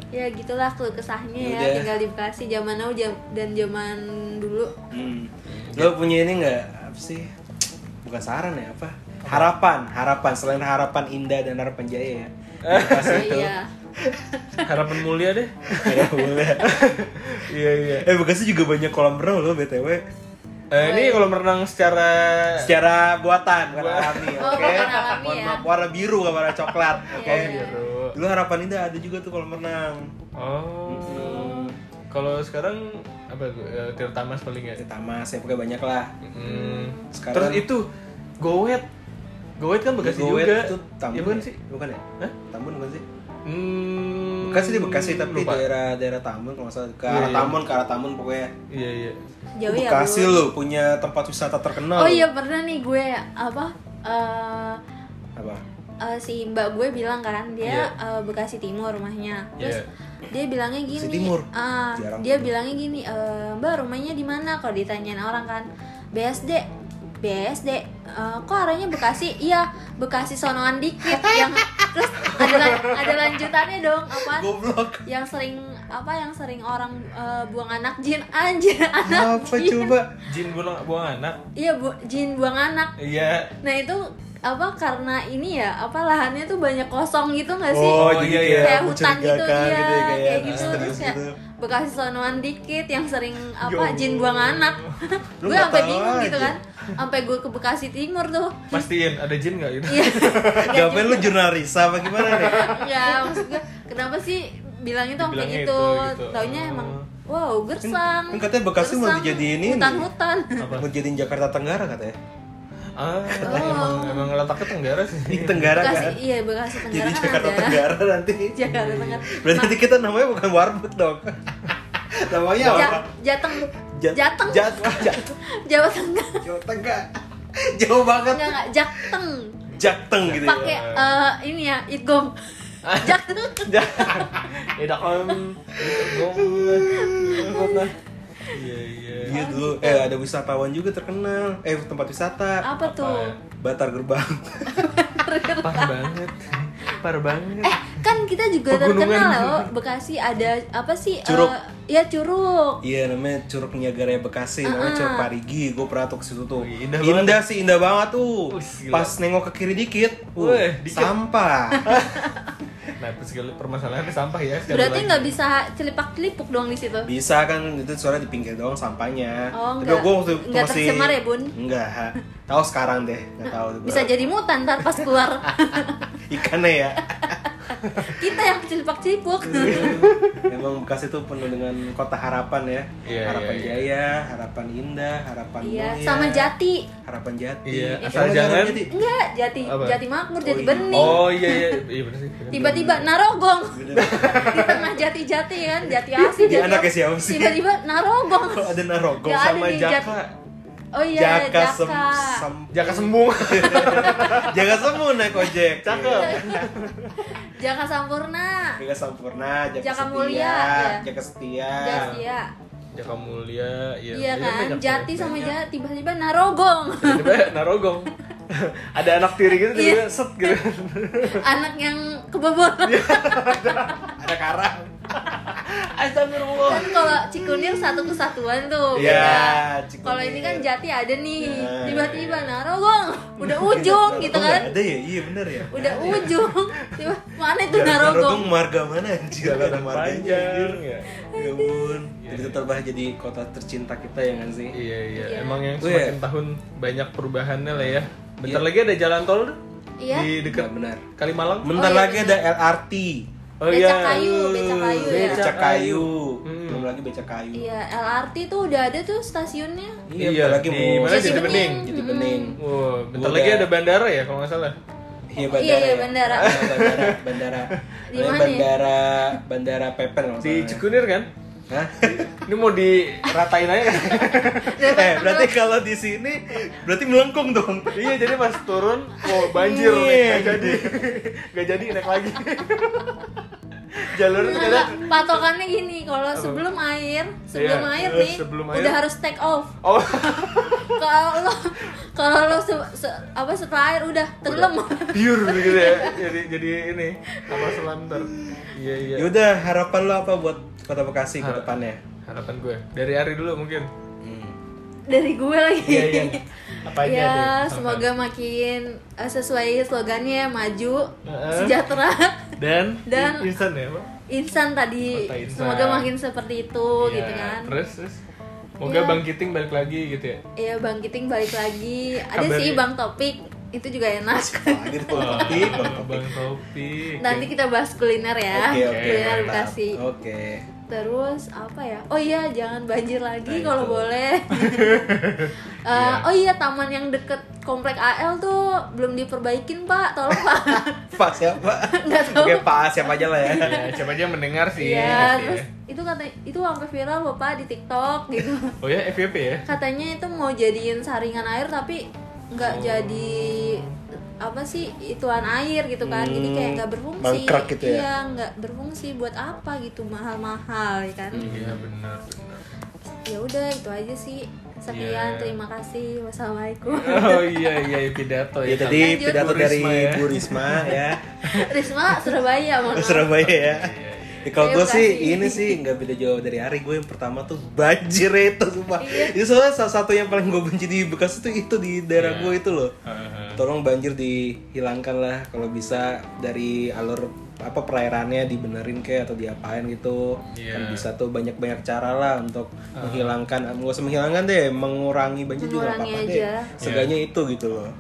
Speaker 1: ya gitulah keluh kesahnya ya,
Speaker 3: Yaudah.
Speaker 1: tinggal di Bekasi zaman now jam- dan zaman dulu
Speaker 3: hmm. lo punya ini nggak apa sih bukan saran ya apa harapan harapan selain harapan indah dan harapan jaya ya
Speaker 1: iya
Speaker 2: Harapan mulia deh.
Speaker 3: Ya, boleh.
Speaker 2: Iya iya.
Speaker 3: eh bekasi juga banyak kolam renang lo btw
Speaker 2: Eh, ini kalau merenang secara
Speaker 3: secara buatan warna alami
Speaker 1: Oh,
Speaker 3: oke
Speaker 1: buatan alami
Speaker 3: warna,
Speaker 1: ya.
Speaker 3: warna biru bukan warna coklat oke
Speaker 1: Iya.
Speaker 3: dulu harapan indah ada juga tuh kolam renang
Speaker 2: Oh. Kalau sekarang apa gue eh, Tirtamas paling ya.
Speaker 3: pertama saya pakai banyak lah
Speaker 2: Mm.
Speaker 3: Sekarang-
Speaker 2: Terus itu gowet. Gowet kan Bekasi
Speaker 3: Gowet
Speaker 2: juga.
Speaker 3: itu Tambun
Speaker 2: Iya bukan
Speaker 3: ya?
Speaker 2: sih?
Speaker 3: bukan ya
Speaker 2: Hah?
Speaker 3: Tambun bukan sih
Speaker 2: Hmm.
Speaker 3: Bekasi di Bekasi tapi
Speaker 2: lupa.
Speaker 3: daerah daerah Tambun kalau nggak salah ke
Speaker 2: Iya,
Speaker 3: arah
Speaker 2: iya.
Speaker 3: Tambun ke arah Tambun pokoknya
Speaker 2: Iya iya.
Speaker 1: jauh ya
Speaker 3: Bekasi
Speaker 1: Bu.
Speaker 3: lo punya tempat wisata terkenal
Speaker 1: oh
Speaker 3: lo.
Speaker 1: iya pernah nih gue apa eh,
Speaker 3: apa
Speaker 1: eh, si mbak gue bilang kan
Speaker 3: Iya.
Speaker 1: dia eh, Bekasi Timur rumahnya terus
Speaker 2: Iya.
Speaker 1: dia bilangnya gini
Speaker 3: Bekasi Timur.
Speaker 1: ah,
Speaker 3: Jarang
Speaker 1: dia
Speaker 3: tuh.
Speaker 1: bilangnya gini "Eh, mbak rumahnya di mana kalau ditanyain orang kan BSD BSD "Eh, kok arahnya Bekasi iya Bekasi sonoan dikit yang terus ada lan- ada lanjutannya dong apa
Speaker 3: goblok
Speaker 1: yang sering apa yang sering orang eh, buang anak jin anjir anak
Speaker 3: apa
Speaker 1: jin.
Speaker 3: coba
Speaker 2: Jin buang buang anak.
Speaker 1: iya bu jin buang anak
Speaker 2: Iya.
Speaker 1: nah itu apa karena ini ya apa lahannya tuh banyak kosong gitu nggak sih
Speaker 3: oh,
Speaker 2: Oh,
Speaker 3: jadi
Speaker 2: iya,
Speaker 3: kayak
Speaker 2: iya.
Speaker 1: kayak hutan gitu iya
Speaker 3: mencurigakan ya,
Speaker 1: kayak, gitu
Speaker 3: misterius
Speaker 1: terus ya
Speaker 3: gitu.
Speaker 1: bekasi sonoan dikit yang sering
Speaker 2: Ya
Speaker 1: apa jin buang anak gue
Speaker 3: Lu nggak
Speaker 1: sampai
Speaker 3: tahu
Speaker 1: bingung gitu
Speaker 3: aja.
Speaker 1: kan sampai gue ke bekasi timur tuh
Speaker 2: Pastiin ada jin nggak gitu.
Speaker 1: iya Nggak
Speaker 3: Gapain lu jurnalisa apa gimana nih?
Speaker 1: ya maksud gue kenapa sih bilangnya tuh sampai
Speaker 2: Dibilangnya
Speaker 1: gitu,
Speaker 2: itu, gitu.
Speaker 1: taunya
Speaker 2: Oh.
Speaker 1: emang wow gersang
Speaker 3: Kan- kan katanya Bekasi mau
Speaker 1: gersang,
Speaker 3: dijadiin ini.
Speaker 1: hutan-hutan
Speaker 2: Apa?
Speaker 3: Mau jadiin Jakarta Tenggara katanya.
Speaker 2: Ah, emang emang letaknya Tenggara sih.
Speaker 3: Di Tenggara
Speaker 1: bekasi
Speaker 3: kan.
Speaker 1: iya bekasi
Speaker 3: Jadi
Speaker 1: tenggara kan
Speaker 3: Jakarta
Speaker 1: ada
Speaker 3: Tenggara nanti.
Speaker 1: Jakarta Tengah
Speaker 3: Berarti nanti kita namanya bukan warteg dong. namanya
Speaker 1: Ja-
Speaker 3: Iya, apa?
Speaker 1: Jateng
Speaker 3: Ja-
Speaker 1: Jateng
Speaker 3: Jat Jat-
Speaker 1: Jawa Tengah
Speaker 3: Jawa Tengah. Jauh banget.
Speaker 1: enggak enggak Jakteng
Speaker 3: Jakteng gitu ya.
Speaker 1: pakai eh, ini ya itgom Jakteng
Speaker 2: Edak om. Iya iya.
Speaker 3: Iya dulu eh ada wisatawan juga terkenal. Eh tempat wisata
Speaker 1: apa tuh
Speaker 3: Batar Gerbang.
Speaker 2: Parah banget. Parah banget.
Speaker 1: eh kan kita juga
Speaker 2: Pegunungan.
Speaker 1: terkenal loh Bekasi ada apa sih eh,
Speaker 3: Curug.
Speaker 1: ya curug
Speaker 3: Iya namanya Curug Niagara ya Bekasi,
Speaker 1: Ah,
Speaker 3: namanya Curug Parigi. Gue pernah tuh ke situ tuh.
Speaker 2: Wih,
Speaker 3: indah,
Speaker 2: indah banget.
Speaker 3: sih, indah banget tuh.
Speaker 2: Wih, gila.
Speaker 3: Pas nengok ke kiri dikit, uh,
Speaker 2: Wih, dikit.
Speaker 3: sampah.
Speaker 2: Nah, segala permasalahannya sampah ya. sekali
Speaker 1: berarti
Speaker 2: lagi.
Speaker 1: nggak bisa celipak celipuk dong di situ
Speaker 3: Bisa kan itu suara di pinggir doang sampahnya.
Speaker 1: Oh,
Speaker 3: Tapi
Speaker 1: nggak-
Speaker 3: gue waktu itu
Speaker 1: nggak
Speaker 3: masih
Speaker 1: tercemar ya, Bun?
Speaker 3: Enggak. Tahu sekarang deh, enggak tahu.
Speaker 1: bisa jadi mutan ntar pas keluar
Speaker 3: ikannya ya.
Speaker 1: kita yang celipak celipuk
Speaker 3: Iya. Emang Bekasi tuh penuh dengan kota harapan ya.
Speaker 2: Iya,
Speaker 3: harapan
Speaker 2: iya,
Speaker 3: jaya, harapan indah, harapan
Speaker 1: iya
Speaker 3: mulia,
Speaker 1: sama jati
Speaker 3: Harapan jati.
Speaker 2: Iya,
Speaker 3: Emang
Speaker 2: asal
Speaker 3: ada
Speaker 2: jangan-
Speaker 3: harapan jati?
Speaker 1: enggak jati
Speaker 2: Apa?
Speaker 1: jati makmur jati
Speaker 3: iya.
Speaker 1: bening
Speaker 2: Oh iya iya iya benar sih.
Speaker 1: tiba-tiba narogong
Speaker 3: Iya.
Speaker 1: di tengah jati-jati kan jati asih
Speaker 3: Dia
Speaker 1: jati
Speaker 3: anaknya
Speaker 1: apa.
Speaker 3: siapa sih?
Speaker 1: tiba-tiba narogong
Speaker 3: Kok ada
Speaker 1: Iya.
Speaker 3: narogong
Speaker 1: Nggak ada
Speaker 3: sama
Speaker 1: di
Speaker 3: jaka?
Speaker 1: Jaka. oh iya
Speaker 3: Jaka,
Speaker 1: jaka,
Speaker 3: sem, sem,
Speaker 2: Jaka sembung.
Speaker 1: Iya.
Speaker 3: Jaka semu naik ojek.
Speaker 2: Cakep.
Speaker 1: jaka sampurna
Speaker 3: Jaka sampurna, Jaka,
Speaker 1: Jaka
Speaker 3: setia,
Speaker 1: mulia, ya.
Speaker 3: Jaka setia.
Speaker 1: Jas, iya
Speaker 2: Jaka mulia, iya.
Speaker 1: iya
Speaker 2: banyak,
Speaker 1: kan
Speaker 2: banyak,
Speaker 1: jati
Speaker 2: banyak.
Speaker 1: sama jati tiba-tiba narogong
Speaker 2: Tiba-tiba narogong. Ada anak tiri gitu
Speaker 1: Iya.
Speaker 2: tiba-tiba
Speaker 3: Iya.
Speaker 2: set gitu.
Speaker 1: anak yang kebobolan
Speaker 3: Ada karang.
Speaker 2: Astagfirullah.
Speaker 1: kan kalau cikunir satu kesatuan tuh
Speaker 3: Iya,
Speaker 1: beda.
Speaker 3: Cikunir.
Speaker 1: kalau ini kan jati ada nih
Speaker 3: Iya.
Speaker 1: tiba-tiba narogong udah ujung gitu
Speaker 3: Narogong nggak
Speaker 1: kan
Speaker 3: Ada ya? Iya bener ya.
Speaker 1: udah ujung tiba mana itu
Speaker 3: Jalan
Speaker 1: narogong
Speaker 3: marga mana anjir? Gak ada marganya.
Speaker 2: Panjang.
Speaker 3: anjir.
Speaker 2: ya.
Speaker 3: Ya ampun. Jadi tetap aja jadi kota tercinta kita ya kan sih?
Speaker 2: Iya iya,
Speaker 1: Iya.
Speaker 2: emang yang
Speaker 3: Oh,
Speaker 2: semakin
Speaker 3: iya.
Speaker 2: tahun banyak perubahannya lah ya. Bentar lagi ada jalan tol tuh.
Speaker 1: Iya.
Speaker 2: Di dekat
Speaker 3: Nggak benar.
Speaker 2: Kalimalang.
Speaker 3: Bentar
Speaker 1: Oh, iya,
Speaker 3: lagi ada LRT.
Speaker 2: Oh
Speaker 1: becak
Speaker 2: iya.
Speaker 1: kayu becak kayu ya
Speaker 3: Becak kayu.
Speaker 2: Hmm.
Speaker 3: Belum lagi becak kayu.
Speaker 1: Iya, LRT tuh udah ada tuh stasiunnya.
Speaker 2: Iya,
Speaker 3: bentar lagi
Speaker 2: di
Speaker 3: mau
Speaker 2: mana
Speaker 1: Jati
Speaker 2: Jati Bening.
Speaker 3: Jadi bening.
Speaker 1: Hmm.
Speaker 2: Wow, bentar
Speaker 3: Udah.
Speaker 2: lagi ada bandara ya kalau nggak salah.
Speaker 3: Iya
Speaker 1: Oh,
Speaker 3: bandara.
Speaker 1: iya, iya,
Speaker 3: ya.
Speaker 1: bandara.
Speaker 3: Ah, bandara, bandara.
Speaker 1: Di
Speaker 3: Namanya
Speaker 1: mana ya?
Speaker 3: bandara, bandara Pepen
Speaker 2: Di
Speaker 3: kalau salah. ya.
Speaker 2: Cikunir kan?
Speaker 3: Hah?
Speaker 2: Ini mau diratain aja kan?
Speaker 3: eh, berarti kalau di sini berarti melengkung dong.
Speaker 2: iya, jadi pas turun, oh banjir,
Speaker 3: Iya.
Speaker 2: naik, nggak jadi, nggak jadi naik lagi. jalur itu
Speaker 1: Enggak,
Speaker 2: kadang
Speaker 1: patokannya gini, kalau sebelum air, sebelum
Speaker 2: Iya,
Speaker 1: air
Speaker 2: eh,
Speaker 1: nih,
Speaker 2: sebelum air.
Speaker 1: udah harus take off.
Speaker 2: oh
Speaker 1: Kalau lo, kalau lo se- se- apa setelah air udah tenggelam.
Speaker 2: biur gitu ya jadi jadi ini kapal selam ntar iya iya
Speaker 3: Yaudah harapan lo apa buat Kota Bekasi ke depannya?
Speaker 2: harapan gue dari Ari dulu mungkin
Speaker 1: Dari gue lagi.
Speaker 2: iya iya apa aja
Speaker 1: ya,
Speaker 2: deh
Speaker 1: semoga makin eh, sesuai slogannya maju,
Speaker 2: Heeh.
Speaker 1: sejahtera,
Speaker 2: dan
Speaker 1: Dan-
Speaker 2: instan ya Bang?
Speaker 1: insan tadi.
Speaker 2: Kota insan.
Speaker 1: Semoga makin seperti itu
Speaker 2: Iya,
Speaker 1: gitu kan.
Speaker 2: terus terus semoga Bang Kiting balik lagi gitu ya
Speaker 1: Iya, Bang Kiting balik lagi. Ada
Speaker 2: Kabarnya.
Speaker 1: sih Bang Topik, itu juga enak.
Speaker 3: Wah, gitu topik,
Speaker 2: Oh, iya, Bang
Speaker 3: topik.
Speaker 2: Bang Topik
Speaker 1: Nanti kita bahas kuliner ya.
Speaker 3: Oke, oke.
Speaker 1: kuliner
Speaker 3: mantap. Oh.
Speaker 1: Bekasi.
Speaker 3: Oke.
Speaker 1: Terus apa ya? Oh iya, jangan banjir lagi
Speaker 3: Nah,
Speaker 1: kalau
Speaker 3: itu.
Speaker 1: boleh. Eh, Oh iya, taman yang deket komplek AL tuh belum diperbaikin Pak, tolong Pak.
Speaker 3: Pak siapa?
Speaker 1: Nggak tahu.
Speaker 3: Oke, Pak siapa aja lah ya.
Speaker 2: ya, siapa aja yang mendengar sih
Speaker 1: Iya,
Speaker 2: pasti
Speaker 1: terus
Speaker 2: ya.
Speaker 1: itu kata itu sampai viral loh Pak di TikTok gitu.
Speaker 2: oh ya FYP ya
Speaker 1: Katanya itu mau jadiin saringan air tapi
Speaker 3: Oh.
Speaker 1: nggak jadi apa sih ituan air gitu kan jadi kayak nggak berfungsi
Speaker 3: bangkrut Hmm. gitu ya?
Speaker 1: iya nggak berfungsi buat apa gitu mahal-mahal ya
Speaker 3: Hmm.
Speaker 1: kan
Speaker 2: iya benar benar
Speaker 1: ya udah itu aja sih sekian
Speaker 2: Iya.
Speaker 1: terima kasih wassalamualaikum
Speaker 2: oh iya iya pidato
Speaker 3: Ya
Speaker 2: ya
Speaker 3: tadi
Speaker 1: Lanjut.
Speaker 2: Bu
Speaker 3: pidato
Speaker 2: Risma
Speaker 3: dari
Speaker 2: ya.
Speaker 3: Bu Risma ya.
Speaker 1: Risma Surabaya mohon
Speaker 3: Ke
Speaker 1: maaf.
Speaker 3: Surabaya ya.
Speaker 2: iya.
Speaker 3: Ya, kalau gue
Speaker 1: Terima
Speaker 3: sih
Speaker 1: kasih.
Speaker 3: ini sih nggak beda jauh dari Ari gue yang pertama tuh banjir itu sumpah
Speaker 1: Iya.
Speaker 3: itu soalnya salah satu yang paling gue benci di Bekasi tuh itu di daerah
Speaker 2: Iya.
Speaker 3: gue itu loh
Speaker 2: Heeh.
Speaker 3: tolong banjir dihilangkan lah kalau bisa dari alur apa perairannya dibenerin kayak atau diapain gitu
Speaker 2: Iya. Ah.
Speaker 3: kan bisa tuh banyak banyak cara lah untuk menghilangkan nggak usah menghilangkan deh mengurangi banjir juga nggak
Speaker 1: Mengurangi
Speaker 3: apa-apa
Speaker 1: aja.
Speaker 3: deh seenggaknya
Speaker 2: Iya.
Speaker 3: itu gitu loh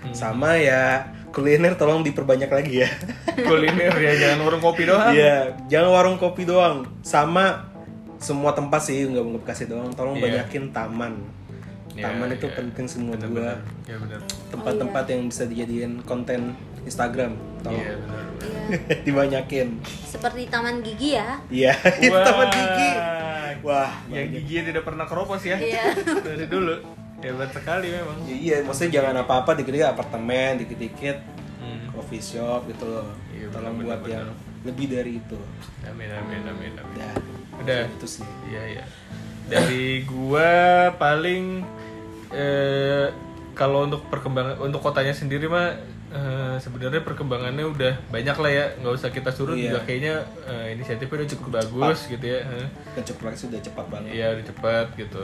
Speaker 2: Hmm.
Speaker 3: sama ya kuliner tolong diperbanyak lagi ya
Speaker 2: kuliner ya jangan warung kopi doang
Speaker 3: Iya, jangan warung kopi doang. Sama semua tempat sih nggak mau kasih doang. Tolong banyakin taman.
Speaker 2: Iya,
Speaker 3: Taman itu
Speaker 2: iya.
Speaker 3: penting semua gua.
Speaker 2: benar ya benar
Speaker 1: Oh,
Speaker 3: Tempat-tempat
Speaker 1: iya.
Speaker 3: yang bisa dijadiin konten Instagram, tolong
Speaker 2: iya benar benar.
Speaker 3: dibanyakin.
Speaker 1: seperti Taman Gigi ya
Speaker 3: Iya, itu
Speaker 2: Wah,
Speaker 3: tempat gigi. Wah,
Speaker 2: yang giginya tidak pernah keropos ya
Speaker 1: Iya.
Speaker 2: dari dulu hebat sekali memang
Speaker 3: ya iya, maksudnya jangan apa-apa dikit-dikit apartemen, dikit-dikit
Speaker 2: Hmm.
Speaker 3: coffee shop gitu loh.
Speaker 2: Iya,
Speaker 3: tolong
Speaker 2: benar-benar,
Speaker 3: buat yang lebih dari itu.
Speaker 2: amin amin amin amin
Speaker 3: Ya,
Speaker 2: udah
Speaker 3: itu sih.
Speaker 2: iya iya dari gua paling eh, kalau untuk perkembangan untuk kotanya sendiri mah eh, sebenarnya perkembangannya udah banyak lah ya nggak usah kita suruh
Speaker 3: Iya.
Speaker 2: juga kayaknya eh, inisiatifnya udah cukup bagus gitu ya Heeh.
Speaker 3: Kecepatan sudah cepat banget.
Speaker 2: Iya udah cepat gitu.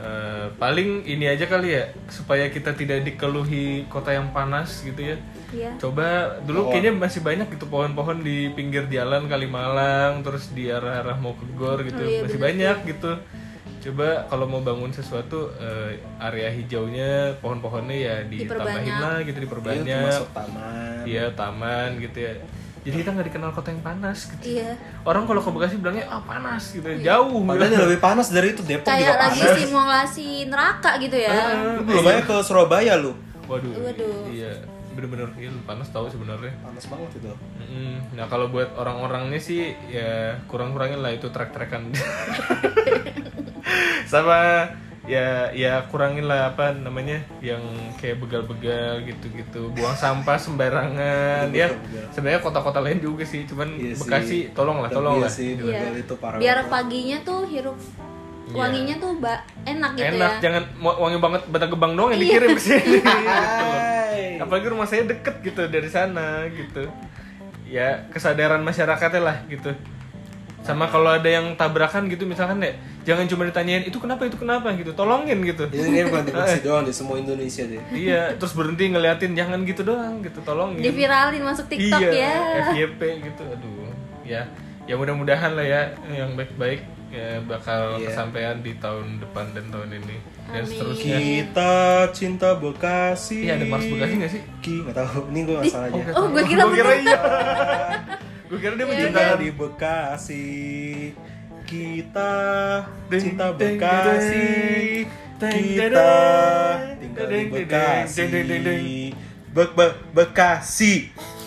Speaker 2: Eh, paling ini aja kali ya supaya kita tidak dikeluhi kota yang panas gitu ya.
Speaker 1: Iya.
Speaker 2: Coba dulu kayaknya masih banyak gitu pohon-pohon di pinggir jalan Kalimalang terus di arah-arah mau ke
Speaker 1: Oh
Speaker 2: Gor gitu
Speaker 1: iya,
Speaker 2: masih banyak gitu. Coba kalau mau bangun sesuatu eh, area hijaunya pohon-pohonnya ya ditambahin lah gitu diperbanyak.
Speaker 3: Masuk taman.
Speaker 2: Iya taman gitu ya. Jadi kita nggak dikenal kota yang panas gitu.
Speaker 1: iya
Speaker 2: Orang kalau ke Bekasi bilangnya ah panas gitu jauh.
Speaker 3: Padahal yang lebih panas dari itu Depok Kan juga
Speaker 1: kayak
Speaker 3: panas.
Speaker 1: lagi simulasi neraka gitu ya
Speaker 3: Lu belum aja ke Surabaya lu.
Speaker 2: Waduh.
Speaker 1: Waduh.
Speaker 2: Iya, bener-bener iya, panas tahu sebenarnya.
Speaker 3: Panas banget itu.
Speaker 2: Mm-mm. Nah kalau buat orang-orangnya sih ya kurang-kurangin lah itu trek-trekan. Sama ya ya kurangin lah apa namanya yang kayak begal-begal gitu-gitu buang sampah sembarangan ya sebenarnya kota-kota lain juga sih cuman
Speaker 3: Iya sih.
Speaker 2: Bekasi tolong lah tolong lah
Speaker 3: sih
Speaker 1: Iya.
Speaker 3: begal itu parah.
Speaker 1: biar
Speaker 3: banget.
Speaker 1: paginya tuh hirup
Speaker 2: Iya.
Speaker 1: wanginya tuh ba- enak gitu
Speaker 2: enak
Speaker 1: ya
Speaker 2: jangan mau- wangi banget bata gebang doang yang dikirim ke sini Iya, betul.
Speaker 3: Hai.
Speaker 2: apalagi rumah saya deket gitu dari sana gitu ya kesadaran masyarakatnya lah gitu sama kalau ada yang tabrakan gitu misalkan ya jangan cuma ditanyain itu kenapa itu kenapa gitu tolongin gitu
Speaker 3: Ini kayaknya bukan di Bekasi doang di semua Indonesia deh.
Speaker 2: iya terus berhenti ngeliatin jangan gitu doang gitu tolongin
Speaker 1: diviralin masuk TikTok
Speaker 2: iya,
Speaker 1: ya
Speaker 2: FYP gitu aduh ya ya mudah-mudahan lah ya yang baik-baik ya, bakal kesampaian di tahun depan dan tahun ini dan seterusnya
Speaker 3: Kita cinta Bekasi.
Speaker 2: iya ada Mars Bekasi nggak sih
Speaker 3: Ki, nggak tahu. Ini gue nggak salah aja.
Speaker 1: oh gue kira
Speaker 2: Gua
Speaker 1: bener
Speaker 2: iya gue kira dia
Speaker 3: Kita
Speaker 2: mencintai
Speaker 3: di Bekasi. Kita
Speaker 2: Ding,
Speaker 3: cinta
Speaker 2: ding,
Speaker 3: Bekasi.
Speaker 2: ding, ding,
Speaker 3: Kita
Speaker 2: ding,
Speaker 3: tinggal
Speaker 2: ding,
Speaker 3: di
Speaker 2: ding, ding, ding, ding, ding.
Speaker 3: Bekasi. Bek Bek- Bekasi.